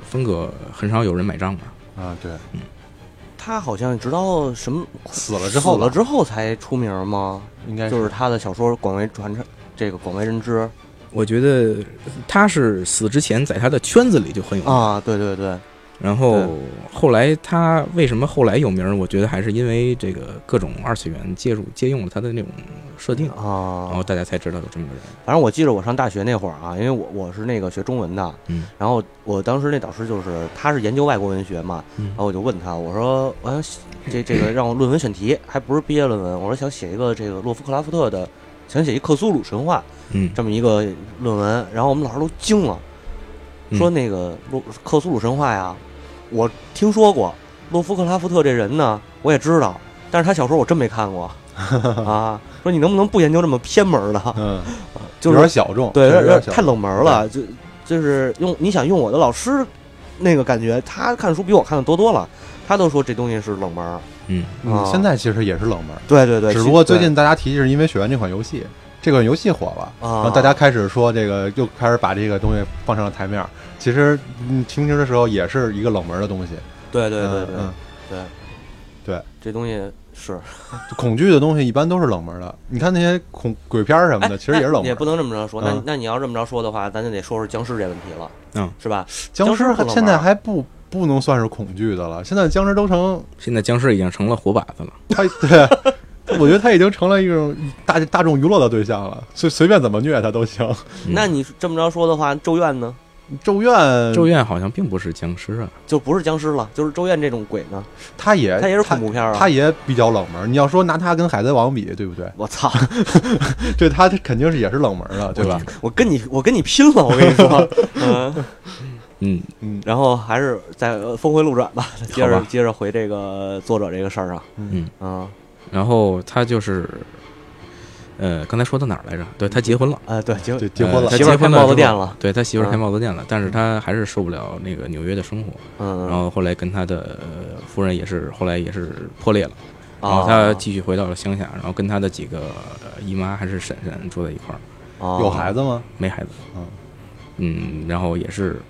S3: 风格很少有人买账嘛。
S2: 啊，对，
S1: 嗯他好像直到什么
S2: 死了之后
S1: 死
S2: 吧
S1: 了之后才出名吗？
S2: 应该
S1: 就是他的小说广为传唱，这个广为人知
S3: 我觉得他是死之前在他的圈子里就很有名，
S1: 啊，对对对，
S3: 然后
S1: 对
S3: 后来他为什么后来有名儿？我觉得还是因为这个各种二次元介入借用了他的那种设定，然
S1: 啊
S3: 后，大家才知道有这么个人。
S1: 反正我记着我上大学那会儿啊，因为我我是那个学中文的，
S3: 嗯
S1: 然后我当时那导师就是他是研究外国文学嘛，
S3: 嗯
S1: 然后我就问他，我说我想写这这个让我论文选题，还不是毕业论文，我说想写一个这个洛夫克拉夫特的，想写一克苏鲁神话
S3: 嗯，
S1: 这么一个论文，然后我们老师都惊了，
S3: 嗯
S1: 说那个洛克苏鲁神话呀，我听说过，洛夫克拉夫特这人呢，我也知道，但是他小说我真没看 过啊。说你能不能不研究这么偏门 的？
S2: 嗯，
S1: 就
S2: 有点
S1: 是
S2: 小众，
S1: 对，
S2: 确实有点小
S1: 太
S2: 众。
S1: 冷门了，就就是用你想用我的老师那个感觉，他看书比我看的多多了，他都说这东西是冷门儿。
S3: 嗯，
S1: 啊
S2: 嗯，现在其实也是冷门，
S1: 对对对，
S2: 只
S1: 其
S2: 不过最
S1: 对
S2: 近大家提是因为《雪原》这款游戏，这款游戏火了，然
S1: 啊
S2: 后，大家开始说这个，又开始把这个东西放上了台面儿。其实，嗯，听听的时候也是一个冷门的东西。
S1: 对对
S2: 嗯
S1: 对对
S2: 嗯
S1: 对。
S2: 对，
S1: 这东西是
S2: 恐惧的东西一般都是冷门的。你看那些恐鬼片儿什么的，
S1: 哎
S2: 其实也是冷
S1: 哎也
S2: 门
S1: 不。能这么着说。那
S2: 嗯
S1: 那你要这么着说的话，咱就得说说僵尸这问题了，
S3: 嗯，
S1: 是吧？
S2: 僵
S1: 僵尸不冷门
S2: 现在还不不能算是恐惧的了，现在僵尸都成
S3: 现在僵尸已经成了活靶子了。
S2: 他对，我觉得他已经成了一种大大众娱乐的对象了，随随便怎么虐他都行。
S3: 嗯
S1: 那你这么着说的话，咒怨呢
S2: 咒
S1: 嗯
S2: 怨，
S3: 咒怨好像并不是僵尸啊，
S1: 就不是僵尸了，就是咒怨这种鬼呢，
S2: 他也
S1: 它也是恐怖片啊。
S2: 他也比较冷门。你要说拿他跟海贼王比，对不对？
S1: 我操！
S2: 对，他肯定是也是冷门的，对吧？
S1: 我跟你我跟你拼了！我跟你 说，嗯，
S3: 嗯，
S2: 嗯
S1: 然后还是再呃峰回路转吧，接
S3: 好
S1: 着
S3: 吧
S1: 接着回这个作者这个事儿上。
S2: 嗯
S1: 嗯
S3: 然后他就是，呃，刚才说到哪儿来着？对他结婚了，
S1: 啊，对，结
S2: 对，结婚了
S3: 呃他
S1: 媳妇儿
S3: 结婚
S1: 开
S3: 了
S1: 帽子
S3: 之
S1: 店
S3: 后
S1: 了
S3: 对他媳妇儿开
S1: 嗯
S3: 帽子店了，但是他还是受不了那个纽约的生活，
S1: 嗯，
S3: 然后后来跟他的呃夫人也是后来也是破裂了，然
S1: 啊
S3: 后他继续回到了乡下，然后跟他的几个呃姨妈还是婶婶住在一块儿，
S1: 有
S2: 有孩子吗？
S3: 没孩子
S1: 哦
S2: 嗯，
S3: 嗯，然后也是，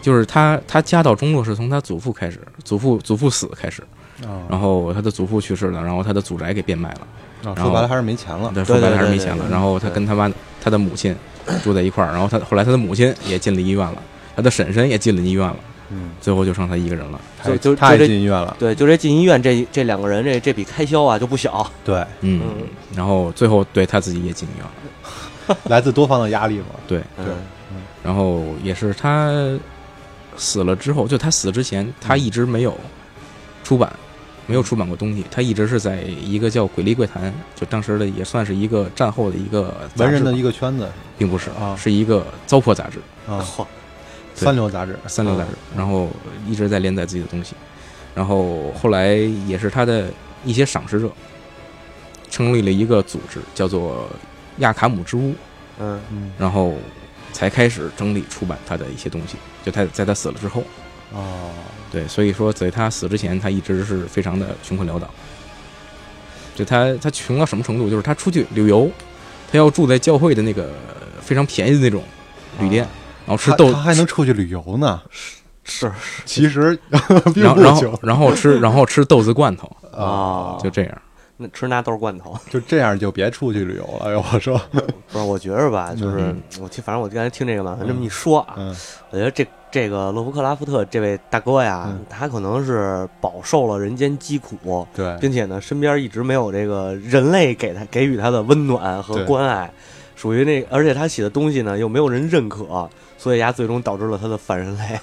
S3: 就是他他家道中落是从他祖父开始，祖父祖父死开始，然
S1: 嗯哦
S2: 啊，
S3: 后他的祖父去世了，然后他的祖宅给变卖了。
S2: 啊
S3: 然
S2: 说
S3: 后
S2: 白了还是没钱了。
S3: 对，说白了还是没钱
S1: 哦对对
S3: 了。
S1: 对
S3: 然后他跟他妈、他的母亲住在一块儿，然后他后来他的母亲也进了医院了，他的婶婶也进了医院了，
S2: 嗯，
S3: 最后就剩他一个人了。
S2: 太
S1: 就就
S2: 太
S1: 就这
S2: 进医院了。
S1: 对，就这进医院这这两个人这这笔开销啊就不小。
S2: 对，
S1: 嗯
S3: 嗯，然后最后对他自己也进医院了，
S2: 来自多方的压力嘛。
S3: 对，
S2: 对
S1: 嗯
S3: 然后也是他死了之后，就他死之前，他一直没有出版。没有出版过东西，他一直是在一个叫《鬼力怪谈》，就当时的也算是一个战后的一个杂
S2: 文
S3: 志
S2: 人的
S3: 吧
S2: 一个圈子
S3: 并不是
S2: 啊
S3: 是一个糟粕杂志。
S2: 啊，
S1: 嚯
S3: 对
S2: 三流杂志。
S3: 三六杂志，
S2: 啊
S3: 然后一直在连载自己的东西，然后后来也是他的一些赏识者成立了一个组织，叫做亚卡姆之屋，
S1: 嗯
S2: 嗯
S3: 然后才开始整理出版他的一些东西。就他在他死了之后，
S2: 哦，
S3: 对，所以说在他死之前，他一直是非常的穷困潦倒。就他他穷到什么程度？就是他出去旅游，他要住在教会的那个呃非常便宜的那种旅店，然后吃
S2: 啊他
S3: 豆
S2: 他还能出去旅游呢。
S1: 是
S2: 其实并
S3: 然后
S2: 不
S3: 然
S2: 穷
S3: 后然后吃然后吃豆子罐头，
S2: 啊，
S1: 啊，
S3: 就这样。
S1: 那吃纳豆罐头。
S2: 就这样就别出去旅游了。要我说，
S1: 不是，我觉着吧，就是
S3: 嗯
S1: 我听，反正我刚才听这个嘛，这么一说啊，
S2: 嗯，
S1: 我觉得这这个洛夫克拉夫特这位大哥呀，
S2: 嗯
S1: 他可能是饱受了人间疾苦，
S2: 对，
S1: 并且呢，身边一直没有这个人类给他给予他的温暖和
S2: 对
S1: 关爱，属于那，而且他写的东西呢又没有人认可，所以呀，最终导致了他的反人类、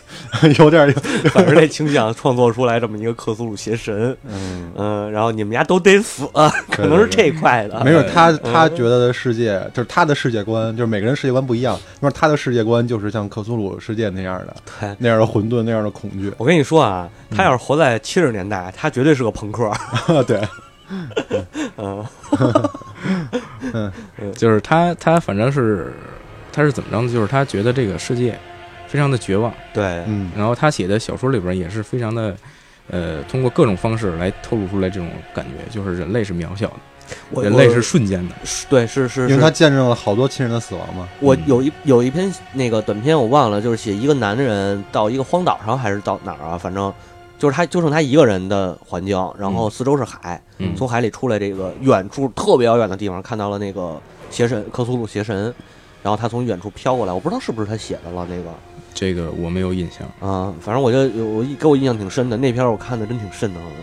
S2: 有点儿，
S1: 反人类倾 向，创作出来这么一个克苏鲁邪神。
S2: 嗯，
S1: 嗯，然后你们家都得死，啊可能是这一块的。
S2: 没准他他觉得的世界就是他的世界观，就是每个人世界观不一样。那他的世界观就是像克苏鲁世界那样的，
S1: 对
S2: 那样的混沌，那样的恐惧。
S1: 哎 我跟你说啊，他
S2: 嗯
S1: 要是活在七十年代，他绝对是个朋克。
S2: 对，
S1: 嗯
S3: 就是他他反正是他是怎么着呢？就是他觉得这个世界非常的绝望，
S1: 对，
S2: 嗯，
S3: 然后他写的小说里边也是非常的。呃，通过各种方式来透露出来这种感觉，就是人类是渺小
S1: 我
S3: 的，人类
S1: 我
S3: 是瞬间的。
S1: 是对，是是，
S2: 因为
S1: 是
S2: 他见证了好多亲人的死亡嘛。
S1: 我
S3: 嗯
S1: 有一有一篇那个短篇我忘了，就是写一个男人到一个荒岛上还是到哪儿啊，反正就是他就剩他一个人的环境，然后四周是海，
S3: 嗯
S1: 从海里出来，这个远处特别遥远的地方看到了那个邪神克苏鲁邪神，然后他从远处飘过来，我不知道是不是他写的了那个
S3: 这个我没有印象，
S1: 啊、反正我就我给我印象挺深的，那篇我看的真挺瘆得慌的。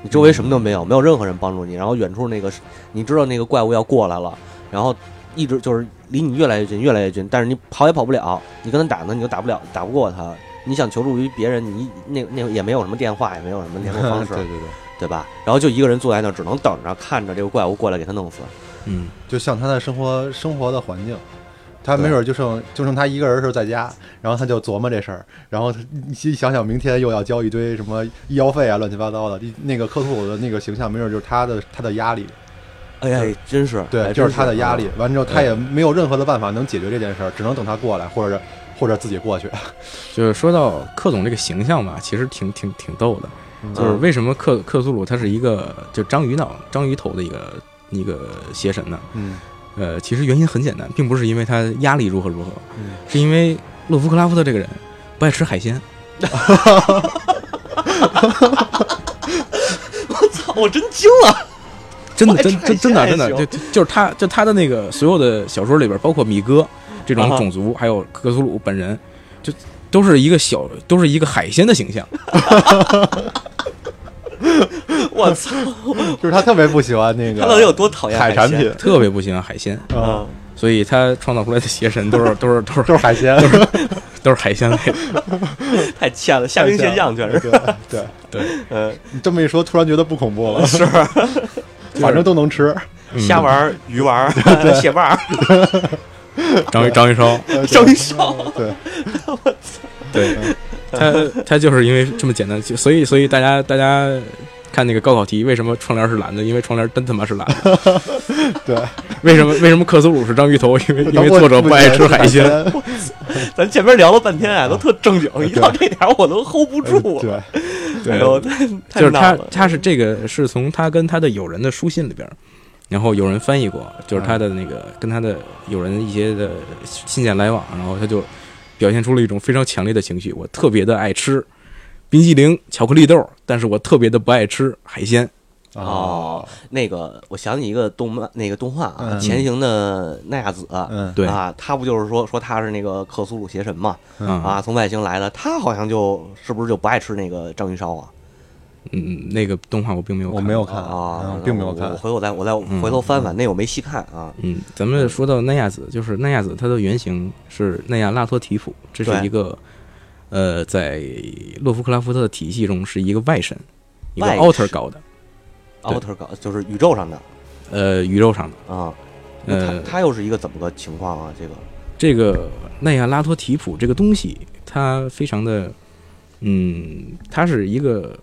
S1: 你周围什么都没有，没有任何人帮助你，然后远处那个，你知道那个怪物要过来了，然后一直就是离你越来越近，越来越近，但是你跑也跑不了，你跟他打呢，你就打不了，打不过他。你想求助于别人，你那那也没有什么电话，也没有什么联络方式，
S2: 对对对，
S1: 对吧？然后就一个人坐在那儿，只能等着看着这个怪物过来给他弄死。
S3: 嗯，
S2: 就像他的生活生活的环境。他没准就剩就剩他一个人的时候在家，然后他就琢磨这事儿，然后他一一想想明天又要交一堆什么医药费啊，乱七八糟的。一那个克苏鲁的那个形象，没准就是他的他的压力，
S1: 哎呀，真是，
S2: 对，
S1: 还
S2: 就
S1: 真
S2: 是啊他的压力。。完之后，他也没有任何的办法能解决这件事儿，只能等他过来，或者或者自己过去。
S3: 就是说到克总这个形象吧，其实挺挺挺逗的。
S1: 嗯
S3: 就是为什么克克苏鲁他是一个就章鱼脑章鱼头的一个一个邪神呢？
S2: 嗯，
S3: 呃，其实原因很简单，并不是因为他压力如何如何，
S2: 嗯
S3: 是因为洛夫克拉夫特这个人不爱吃海鲜。
S1: 操，啊 我真惊了。
S3: 真的
S1: 我还
S3: 真真真
S1: 踹
S3: 的
S1: 一下
S3: 真
S1: 也行
S3: 的，就就就是他就他的那个所有的小说里边，包括米哥这种
S1: 啊哈
S3: 种族，还有克苏鲁本人，就都是一个小都是一个海鲜的形象。
S1: 我操，
S2: 就是他特别不喜欢那个
S1: 他到底有多讨厌
S2: 海产
S1: 鲜
S2: 品
S3: 特别不喜欢海鲜，
S2: 啊
S1: 啊？，
S3: 所以他创造出来的邪神都是 都是都是
S2: 就是海鲜，
S3: 都是海鲜类的。
S1: 太欠了，虾兵蟹将全是。
S2: 对对，
S3: 对，
S1: 嗯，
S2: 你这么一说，突然觉得不恐 怖了，
S1: 是
S2: 反正都能吃，
S1: 虾丸儿、鱼丸儿、 蟹棒儿、
S3: 章鱼章鱼烧，
S2: 对
S1: 生肖，
S2: 对，
S3: 对他他就是因为这么简单，就所以所以大家大家看那个高考题，为什么窗帘是蓝的？因为窗帘真他妈是蓝的。
S2: 对，
S3: 为什么为什么克苏鲁是章鱼头？因为因为作者不爱吃海鲜。
S1: 咱前面聊了半天啊，都特正经，一到这点儿我都 hold 不住。
S2: 嗯对，
S1: 哎
S3: 对，
S1: 呦，太太
S3: 就是
S1: 闹
S3: 他
S1: 了，嗯
S3: 他是这个是从他跟他的友人的书信里边儿，然后有人翻译过，就是
S1: 嗯
S3: 他的那个跟他的友人一些的信件来往，然后他就表现出了一种非常强烈的情绪，我特别的爱吃冰激凌、巧克力豆，但是我特别的不爱吃海鲜。
S2: 啊
S1: 哦， 那个，我想起一个动漫，那个动画啊，
S2: 嗯
S1: 前行的奈亚子》
S2: 嗯，
S3: 对
S1: 啊，他不就是说说他是那个克苏鲁邪神嘛？
S2: 嗯
S1: 啊，从外星来的，他好像就是不是就不爱吃那个章鱼烧啊？
S3: 嗯，那个动画我并没有，
S2: 我没有。看
S1: 啊
S2: 嗯，并没有
S1: 我
S2: 看
S1: 我回头我再我再
S3: 嗯
S1: 回头翻翻，那我没细看啊。
S3: 嗯，咱们说到奈亚子，就是奈亚子，它的原型是奈亚拉托提普，这是
S1: 对
S3: 一个呃，在洛夫克拉夫特的体系中是一个外神，一个
S1: 外
S3: alter
S1: 神
S3: 搞的，对
S1: 奥特搞就是宇宙上的
S3: 呃，宇宙上的。
S1: 啊，那
S3: 呃
S1: 他，他又是一个怎么个情况啊？这个
S3: 这个奈亚拉托提普这个东西，它非常的，嗯，它是一个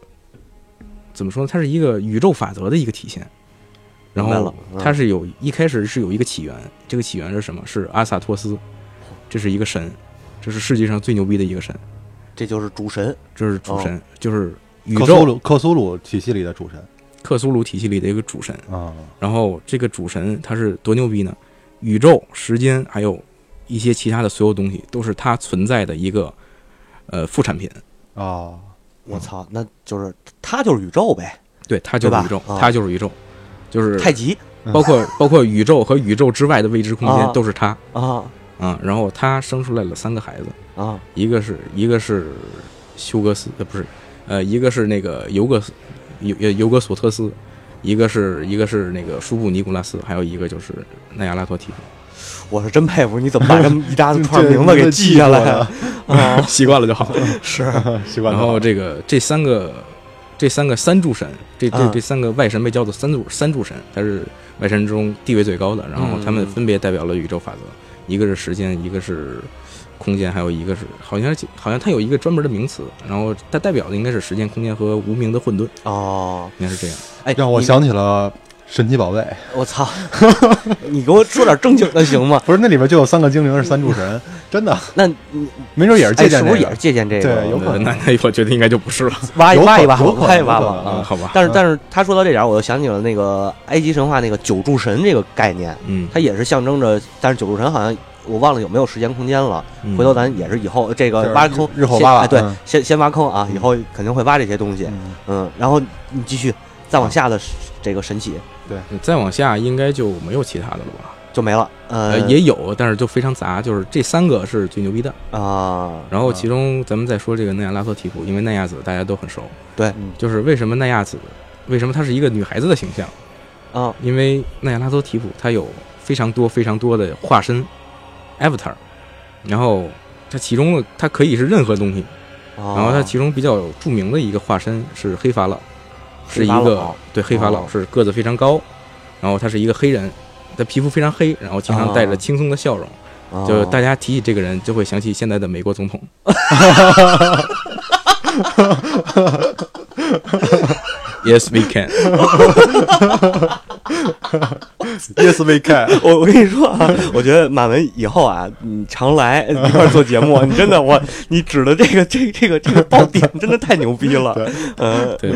S3: 怎么说呢？它是一个宇宙法则的一个体现。然
S1: 明白了
S3: 后
S1: 嗯
S3: 它是有一开始是有一个起源，这个起源是什么？是阿萨托斯，这是一个神，这是世界上最牛逼的一个神，
S1: 这就是主神
S2: 嗯
S3: 这是主神，就是宇
S2: 克苏
S3: 宙
S2: 鲁克苏鲁体系里的主神
S3: 克苏鲁体系里的一个主神。
S2: 啊，
S3: 然后这个主神他是多牛逼呢？宇宙、时间还有一些其他的所有东西，都是它存在的一个呃副产品。
S2: 哦，
S1: 我操，那就是他就是宇宙呗，
S3: 对，它就是宇宙
S1: 对吧啊，
S3: 它就是宇宙，就是
S1: 太极
S3: 包括包括宇宙和宇宙之外的未知空
S1: 啊
S3: 间都是它
S1: 啊
S3: 啊。然后它生出来了三个孩子，
S1: 啊
S3: 一个是一个是休格斯，呃不是，呃一个是那个尤格斯尤呃尤格索特斯，一个是一个是那个舒布尼古拉斯，还有一个就是奈亚拉托提夫。
S1: 我是真佩服你怎么把这么一 大串名字给记下来啊！ 啊，
S3: 习惯了就好了。
S1: 是
S2: 习惯
S1: 嗯
S2: 了。
S3: 然后这个这三个这三个三柱神，这这
S1: 啊
S3: 这三个外神被叫做三柱三柱神，他是外神中地位最高的。然后他们
S1: 嗯
S3: 分别代表了宇宙法则，一个是时间，一个是空间，还有一个是好像是好像它有一个专门的名词。然后它代表的应该是时间、空间和无名的混沌，
S1: 哦，
S3: 应该是这样。
S1: 哎，
S2: 让我
S1: 你
S2: 想起了神奇宝贝，
S1: 我操！ 你给我说点正经的行吗？
S2: 不是那里边就有三个精灵是三柱神，真的，
S1: 那 你
S2: 没准也是借
S1: 哎，是
S2: 鉴
S1: 不
S2: 这
S1: 是也是
S2: 个。
S1: 借鉴这个？
S2: 对有可能
S3: 那那我觉得应该就不是了
S1: 挖一
S2: 有可
S1: 挖一挖吧，
S2: 有可能
S1: 挖一挖吧
S2: 有可能嗯
S3: 啊，
S1: 啊！
S3: 好吧。
S1: 但是但是他说到这点儿，我又想起了那个埃及神话那个九柱神这个概念，
S3: 嗯，
S1: 它也是象征着，但是九柱神好像我忘了有没有时间空间了。
S3: 嗯
S1: 回头咱也是以后这
S2: 就
S1: 个
S2: 是
S1: 挖坑，
S2: 日日后
S1: 先
S2: 挖吧
S1: 哎对
S2: 嗯，
S1: 先先挖坑啊，以后肯定会挖这些东西。
S2: 嗯
S1: 嗯，然后你继续再往下的这个神奇
S3: 嗯再往下应该就没有其他的了吧？
S1: 就没了。
S3: 呃
S1: 呃，，
S3: 也有，但是就非常杂，就是这三个是最牛逼的。
S1: 啊，
S3: 然后其中咱们再说这个奈亚拉托提普，因为奈亚子大家都很熟，
S2: 嗯
S3: 就是为什么奈亚子，为什么她是一个女孩子的形象？
S1: 啊
S3: 因为奈亚拉托提普她有非常多非常多的化身 avatar，然后它其中它可以是任何东西，
S1: 啊，
S3: 然后它其中比较著名的一个化身是黑法老，是
S1: 黑
S3: 一
S1: 法
S3: 个
S1: 老
S3: 对黑法老
S1: 哦
S3: 是个子非常高，然后他是一个黑人，他皮肤非常黑，然后经常带着
S1: 哦
S3: 轻松的笑容。
S1: 啊
S3: 就大家提起这个人，就会想起现在的美 国总统。yes, we can。
S2: Yes we can，
S1: 我我跟你说啊， 我觉得马文以后啊，你常来一块儿做节目，你真的我你指的这个这这个这个爆点真的太牛逼了，嗯
S3: 对，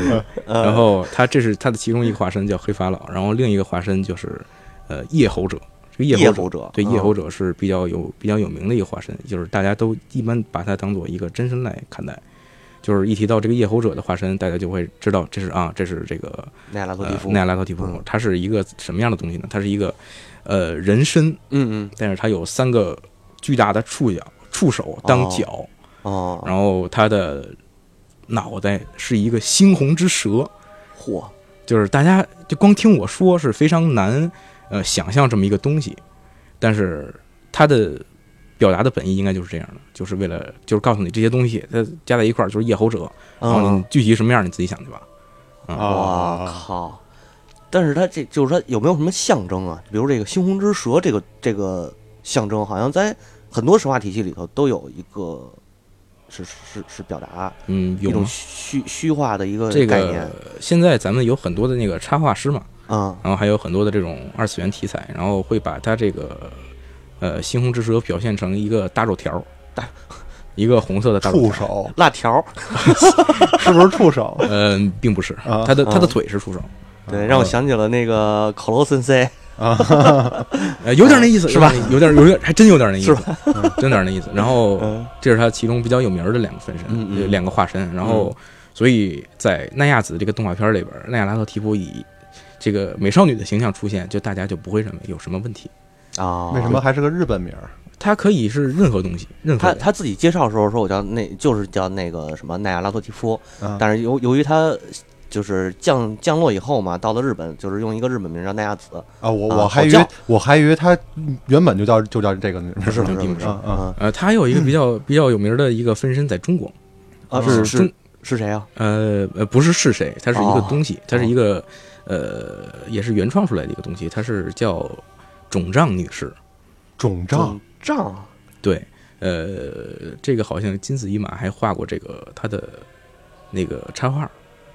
S1: 呃，
S3: 然后他这是他的其中一个化身叫黑法老，然后另一个化身就是呃夜吼者。这个
S1: 夜
S3: 夜
S1: 猴
S3: 吼
S1: 者
S3: 对
S1: 嗯
S3: 夜吼者是比较有比较有名的一个化身，就是大家都一般把它当做一个真身来看待。就是一提到这个夜侯者的化身，大家就会知道这是啊，这是这个
S1: 奈拉托蒂
S3: 呃
S1: 夫，
S3: 奈拉托提夫
S1: 嗯，
S3: 它是一个什么样的东西呢？它是一个呃人身，
S1: 嗯嗯，
S3: 但是它有三个巨大的触角、触手当
S1: 哦
S3: 脚，
S1: 哦，
S3: 然后它的脑袋是一个猩红之蛇，
S1: 嚯，
S3: 就是大家就光听我说是非常难呃想象这么一个东西，但是它的表达的本意应该就是这样的，就是为了就是告诉你这些东西它加在一块儿就是夜侯者，然后你
S1: 嗯，
S3: 具体什么样你自己想去吧。
S1: 哇
S2: 啊
S1: 靠！但是它这就是说有没有什么象征啊？比如这个猩红之蛇这个这个象征，好像在很多神话体系里头都有一个，是是是表达
S3: 嗯，
S1: 一
S3: 有
S1: 种
S3: 吗
S1: 虚虚化的一个
S3: 这
S1: 概念
S3: 个现在咱们有很多的那个插画师嘛，
S1: 啊，
S3: 然后还有很多的这种二次元题材，然后会把它这个呃猩红之蛇表现成一个大肉条儿，
S1: 大
S3: 一个红色的大肉
S2: 触
S3: 条儿。
S2: 手
S1: 辣条，
S3: 啊
S2: 是不是触手？
S3: 嗯、并不是，
S2: 啊
S3: 它的它的
S1: 啊
S3: 腿是触手，
S1: 对，让我想起了那个口罗森 C，
S3: 呃，有点那意思
S1: 啊是吧？
S3: 有点有点还真有点那意思
S1: 是，
S3: 嗯真有点那意思。然后
S1: 嗯
S3: 这是它其中比较有名儿的两个分身，
S1: 嗯嗯
S3: 呃两个化身。然后所以在奈亚子这个动画片儿里边儿，奈亚拉特提夫以这个美少女的形象出现，就大家就不会认为有什么问题。
S1: 啊，
S2: 为什么？还是个日本名儿？
S3: 它可以是任何东西，任何
S1: 他
S3: 人
S1: 他自己介绍的时候说，我叫那就是叫那个什么奈亚拉托提夫，
S2: 啊
S1: 但是由由于他就是降降落以后嘛，到了日本就是用一个日本名叫奈亚子，
S2: 啊，我
S1: 啊
S2: 我还
S1: 好
S2: 以
S1: 叫
S2: 为我还以为他原本就叫就叫这个名儿，
S1: 不是
S3: 不是
S1: 不
S3: 不
S1: 是
S3: 是
S1: 啊
S2: 啊
S3: 呃，它还有一个比较比较有名儿的一个分身在中国，
S1: 啊
S3: 是中
S1: 是是谁啊？
S3: 呃呃，不是是谁，它是一个
S1: 哦
S3: 东西，它是一个呃，也是原创出来的一个东西，它是叫肿胀女士。
S2: 肿胀
S1: 账
S3: 对，呃，这个好像金子一马还画过这个他的那个插画，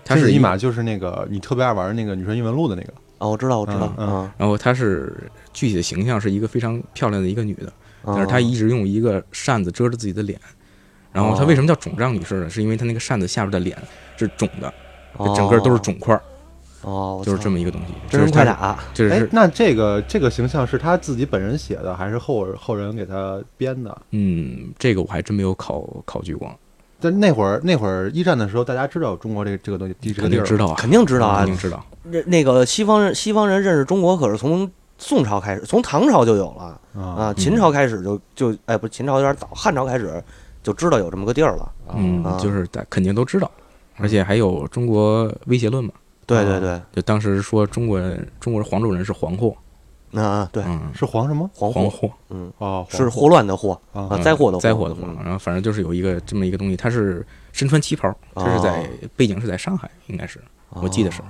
S3: 它
S2: 金
S3: 是
S2: 丝
S3: 一
S2: 一
S3: 个，
S2: 马就是那个你特别爱玩那个女神异闻录的那个，
S1: 哦，我知道我知道，
S2: 嗯
S1: 嗯，
S3: 然后它是具体的形象是一个非常漂亮的一个女的，嗯但
S1: 但
S3: 是她一直用一个扇子遮着自己的脸。然后她为什么叫肿胀女士呢？是因为她那个扇子下边的脸是肿的，整个都是肿块儿，
S1: 哦，
S3: 就是这
S1: 么
S3: 么一个东西。
S1: 哦真人快，打，
S3: 这
S2: 哎
S3: 是，
S2: 那这个这个形象是他自己本人写的，还是后后人给他编的？
S3: 嗯，这个我还真没有考考据过，
S2: 但那会儿那会儿一战的时候，大家知道中国这个这个东西，这个
S3: 肯
S2: 地
S3: 定
S2: 儿
S3: 知道啊，
S1: 肯定知道啊
S3: 肯，定知道。
S1: 那那个西方人西方人认识中国可是从宋朝开始，从唐朝就有了
S2: 啊
S3: 嗯
S1: 啊，秦朝开始就就哎不，秦朝有点早，汉朝开始就知道有这么个地儿了，
S3: 嗯
S1: 啊，嗯
S3: 就是大肯定都知道，而且还有中国威胁论嘛。
S1: 对对对，
S3: 就当时说中国人，中国黄种人是黄祸，
S1: 啊对，
S3: 嗯，
S2: 是黄什么
S1: 黄
S3: 黄
S1: 祸，
S3: 祸
S1: 嗯，
S2: 哦，黄
S1: 是霍乱的霍
S2: 啊
S1: 啊，灾祸的
S3: 灾祸的祸
S1: 祸，嗯，
S3: 然后反正就是有一个这么一个东西，它是身穿旗袍，
S1: 哦
S3: 它是在背景是在上海，应该是我记得是，
S1: 哦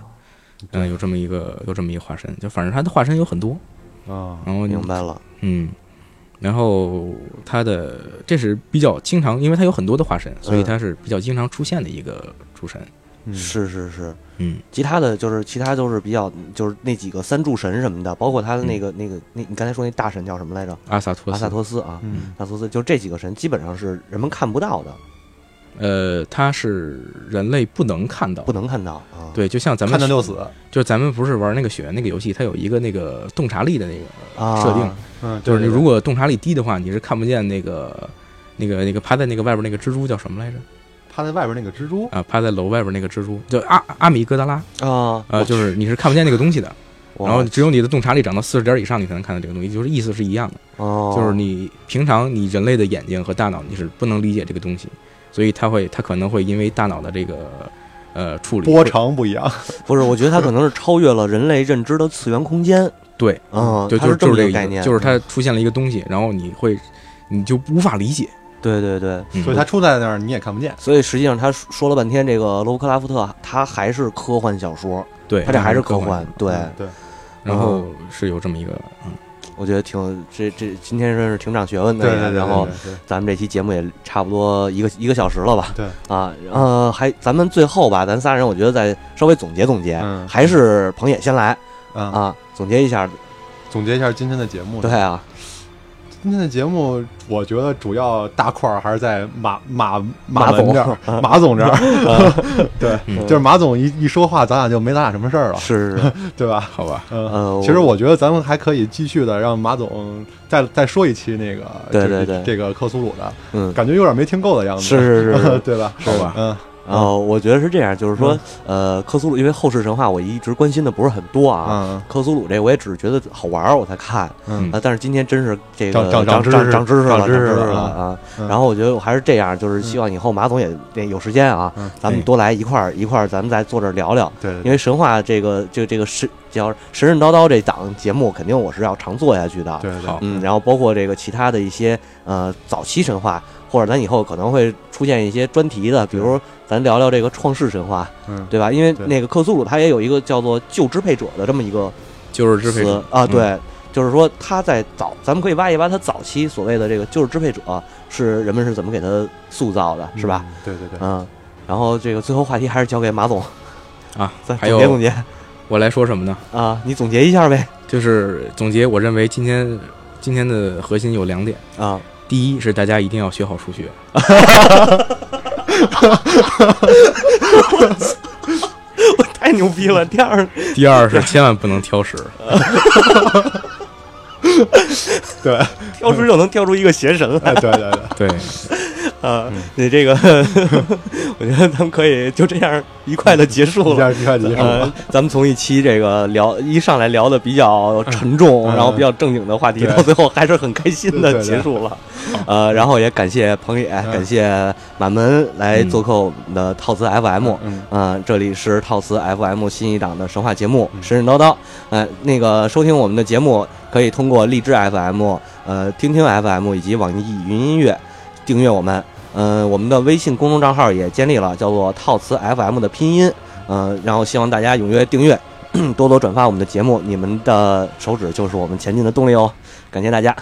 S3: 嗯，有这么一个有这么一个化身，就反正它的化身有很多，
S2: 啊
S3: 然后你
S1: 明白了，
S3: 嗯，然后它的这是比较经常，因为它有很多的化身，所以
S1: 嗯
S3: 它是比较经常出现的一个主神，
S2: 嗯
S1: 是是是，
S3: 嗯，
S1: 其他的就是其他都是比较就是那几个三柱神什么的，包括他的那个那个那你刚才说那大神叫什么来着？
S3: 阿萨托
S1: 阿
S3: 嗯斯，
S1: 萨托斯啊，
S2: 嗯
S1: 阿萨托斯就这几个神基本上是人们看不到的，
S3: 呃，它是人类不能看到
S1: 不。能看到啊。
S3: 对，就像咱们
S2: 看到就死，
S3: 就咱们不是玩那个雪原那个游戏，它有一个那个洞察力的那个
S1: 啊，
S3: 设定，
S2: 嗯，
S3: 就是你
S2: 对
S3: 如果洞察力低的话，你是看不见那个、那个、那个趴在那个外边那个蜘蛛叫什么来着？
S2: 趴在外边那个蜘蛛
S3: 啊，趴在楼外边那个蜘蛛叫阿阿米哥达拉，
S1: 啊
S3: 呃，就是你是看不见那个东西的。
S1: 我
S3: 然后只有你的洞察力涨到四十点以上，你才能看到这个东西，就是意思是一样的，
S1: 哦，
S3: 就是你平常你人类的眼睛和大脑你是不能理解这个东西，所以它会它可能会因为大脑的这个呃处理
S2: 波长不一样，
S1: 不是，我觉得他可能是超越了人类认知的次元空间，
S3: 对
S1: 嗯，
S3: 就
S1: 它
S3: 就是
S1: 这
S3: 就
S1: 么一
S3: 是这
S1: 个
S3: 意
S1: 概
S3: 思
S1: 念，嗯
S3: 就是它出现了一个东西，然后你会你就无法理解，
S1: 对对对。
S3: 嗯
S2: 所以他出在那儿你也看不见。
S1: 所以实际上，他说说了半天，这个罗伯克拉夫特他还是科幻小说，
S3: 对，
S1: 他这还是科
S3: 幻
S1: 幻。，嗯对，
S2: 嗯对，
S3: 然后是有这么一个，嗯，
S1: 我觉得挺这这今天真是挺长学问的。
S2: 对对对，
S1: 然后
S2: 对对
S1: 咱们这期节目也差不多一个一个小时了吧？
S2: 对
S1: 啊，呃，还咱们最后吧，咱仨人我觉得再稍微总结总结，
S2: 嗯
S1: 还是彭野先来
S2: 啊，
S1: 啊，总结一下。
S2: 总结一下今天的节目，
S1: 对啊，
S2: 今天的节目，我觉得主要大块儿还是在马马
S1: 马
S2: 文
S1: 总
S2: 这儿， 马总这 儿。对，就是马总一一说话，咱俩就没咱俩什么事儿了，
S1: 是是是，
S2: 对吧？
S3: 好吧，
S1: 呃
S2: 嗯， 其实我觉得咱们还可以继续的，让马总再再说一期那个，
S1: 对对
S2: 这
S1: 对
S2: 这个克苏鲁的，
S1: 嗯，
S2: 感觉有点没听够的样子，
S1: 是是是是。
S2: 对吧？
S3: 好吧
S2: 嗯，
S1: 然后呃我觉得是这样，就是说，呃，克苏鲁，因为后世神话我一直关心的不是很多啊。
S2: 嗯
S1: 克苏鲁这我也只是觉得好玩儿我才看
S2: 嗯
S1: 啊，但是今天真是这个
S2: 长长
S1: 长
S2: 长知识
S1: 长知识了，
S2: 长知识了
S1: 了
S2: 啊
S1: 啊。
S2: 嗯
S1: 然后我觉得我还是这样，就是希望以后马总也也有时间啊
S2: 嗯，
S1: 咱们
S3: 哎
S1: 多来一块儿一块儿，咱们再坐这儿聊聊。
S2: 对对
S1: 因
S2: 对，
S1: 为神话这个这个这个神叫神神叨叨这档节目，肯定我是要常做下去的。
S2: 对对对
S3: 好
S1: 嗯，然后包括这个其他的一些呃早期神话，或者咱以后可能会出现一些专题的，比如咱聊聊这个创世神话，
S2: 嗯
S1: 对吧？因为
S2: 对
S1: 那个克苏鲁它也有一个叫做旧支配者的这么一个
S3: 就是支配
S1: 词
S3: 者
S1: 啊，
S3: 嗯
S1: 对，就是说他在早，咱们可以挖一挖他早期所谓的这个旧支配者是人们是怎么给他塑造的，是吧？？
S2: 嗯对对对，
S1: 嗯，然后这个最后话题还是交给马总，
S3: 啊
S1: 咱，
S3: 还
S1: 总结总
S3: 有
S1: 结
S3: 我来说什么呢？
S1: 啊，你总结一下呗
S3: 就是总结，我认为今天今天的核心有两点，
S1: 啊，
S3: 第一是大家一定要学好数学，
S1: 我太牛逼
S2: 嗯
S1: 了！第二，
S3: 第二是千万不能挑食，
S2: 对，
S1: 挑出就能挑出一个邪神来。
S2: 哎对 对对，
S3: 对，
S2: 嗯
S1: 啊，你这个， 我觉得咱们可以就这样愉快的结束
S2: 一
S1: 了。
S2: 下一下结束
S1: 呃
S2: 了，，
S1: 咱们从一期这个聊一上来聊的比较沉重，
S2: 嗯
S1: 然后比较正经的话题，
S2: 对
S1: 到最后还是很开心
S2: 对
S1: 的
S2: 对嗯
S1: 结束了。呃，然后也感谢彭野，感谢满门来做客我们的套词 FM。
S2: 嗯，
S1: 嗯，这里是套词 FM 新一档的神话节目《神神叨叨》。呃，那个收听我们的节目，可以通过荔枝 FM、呃听听 FM 以及网易云音乐订阅我们。呃，我们的微信公众账号也建立了，叫做套词 FM 的拼音。呃，然后希望大家踊跃订阅， 多多转发我们的节目，你们的手指就是我们前进的动力哦。感谢大家，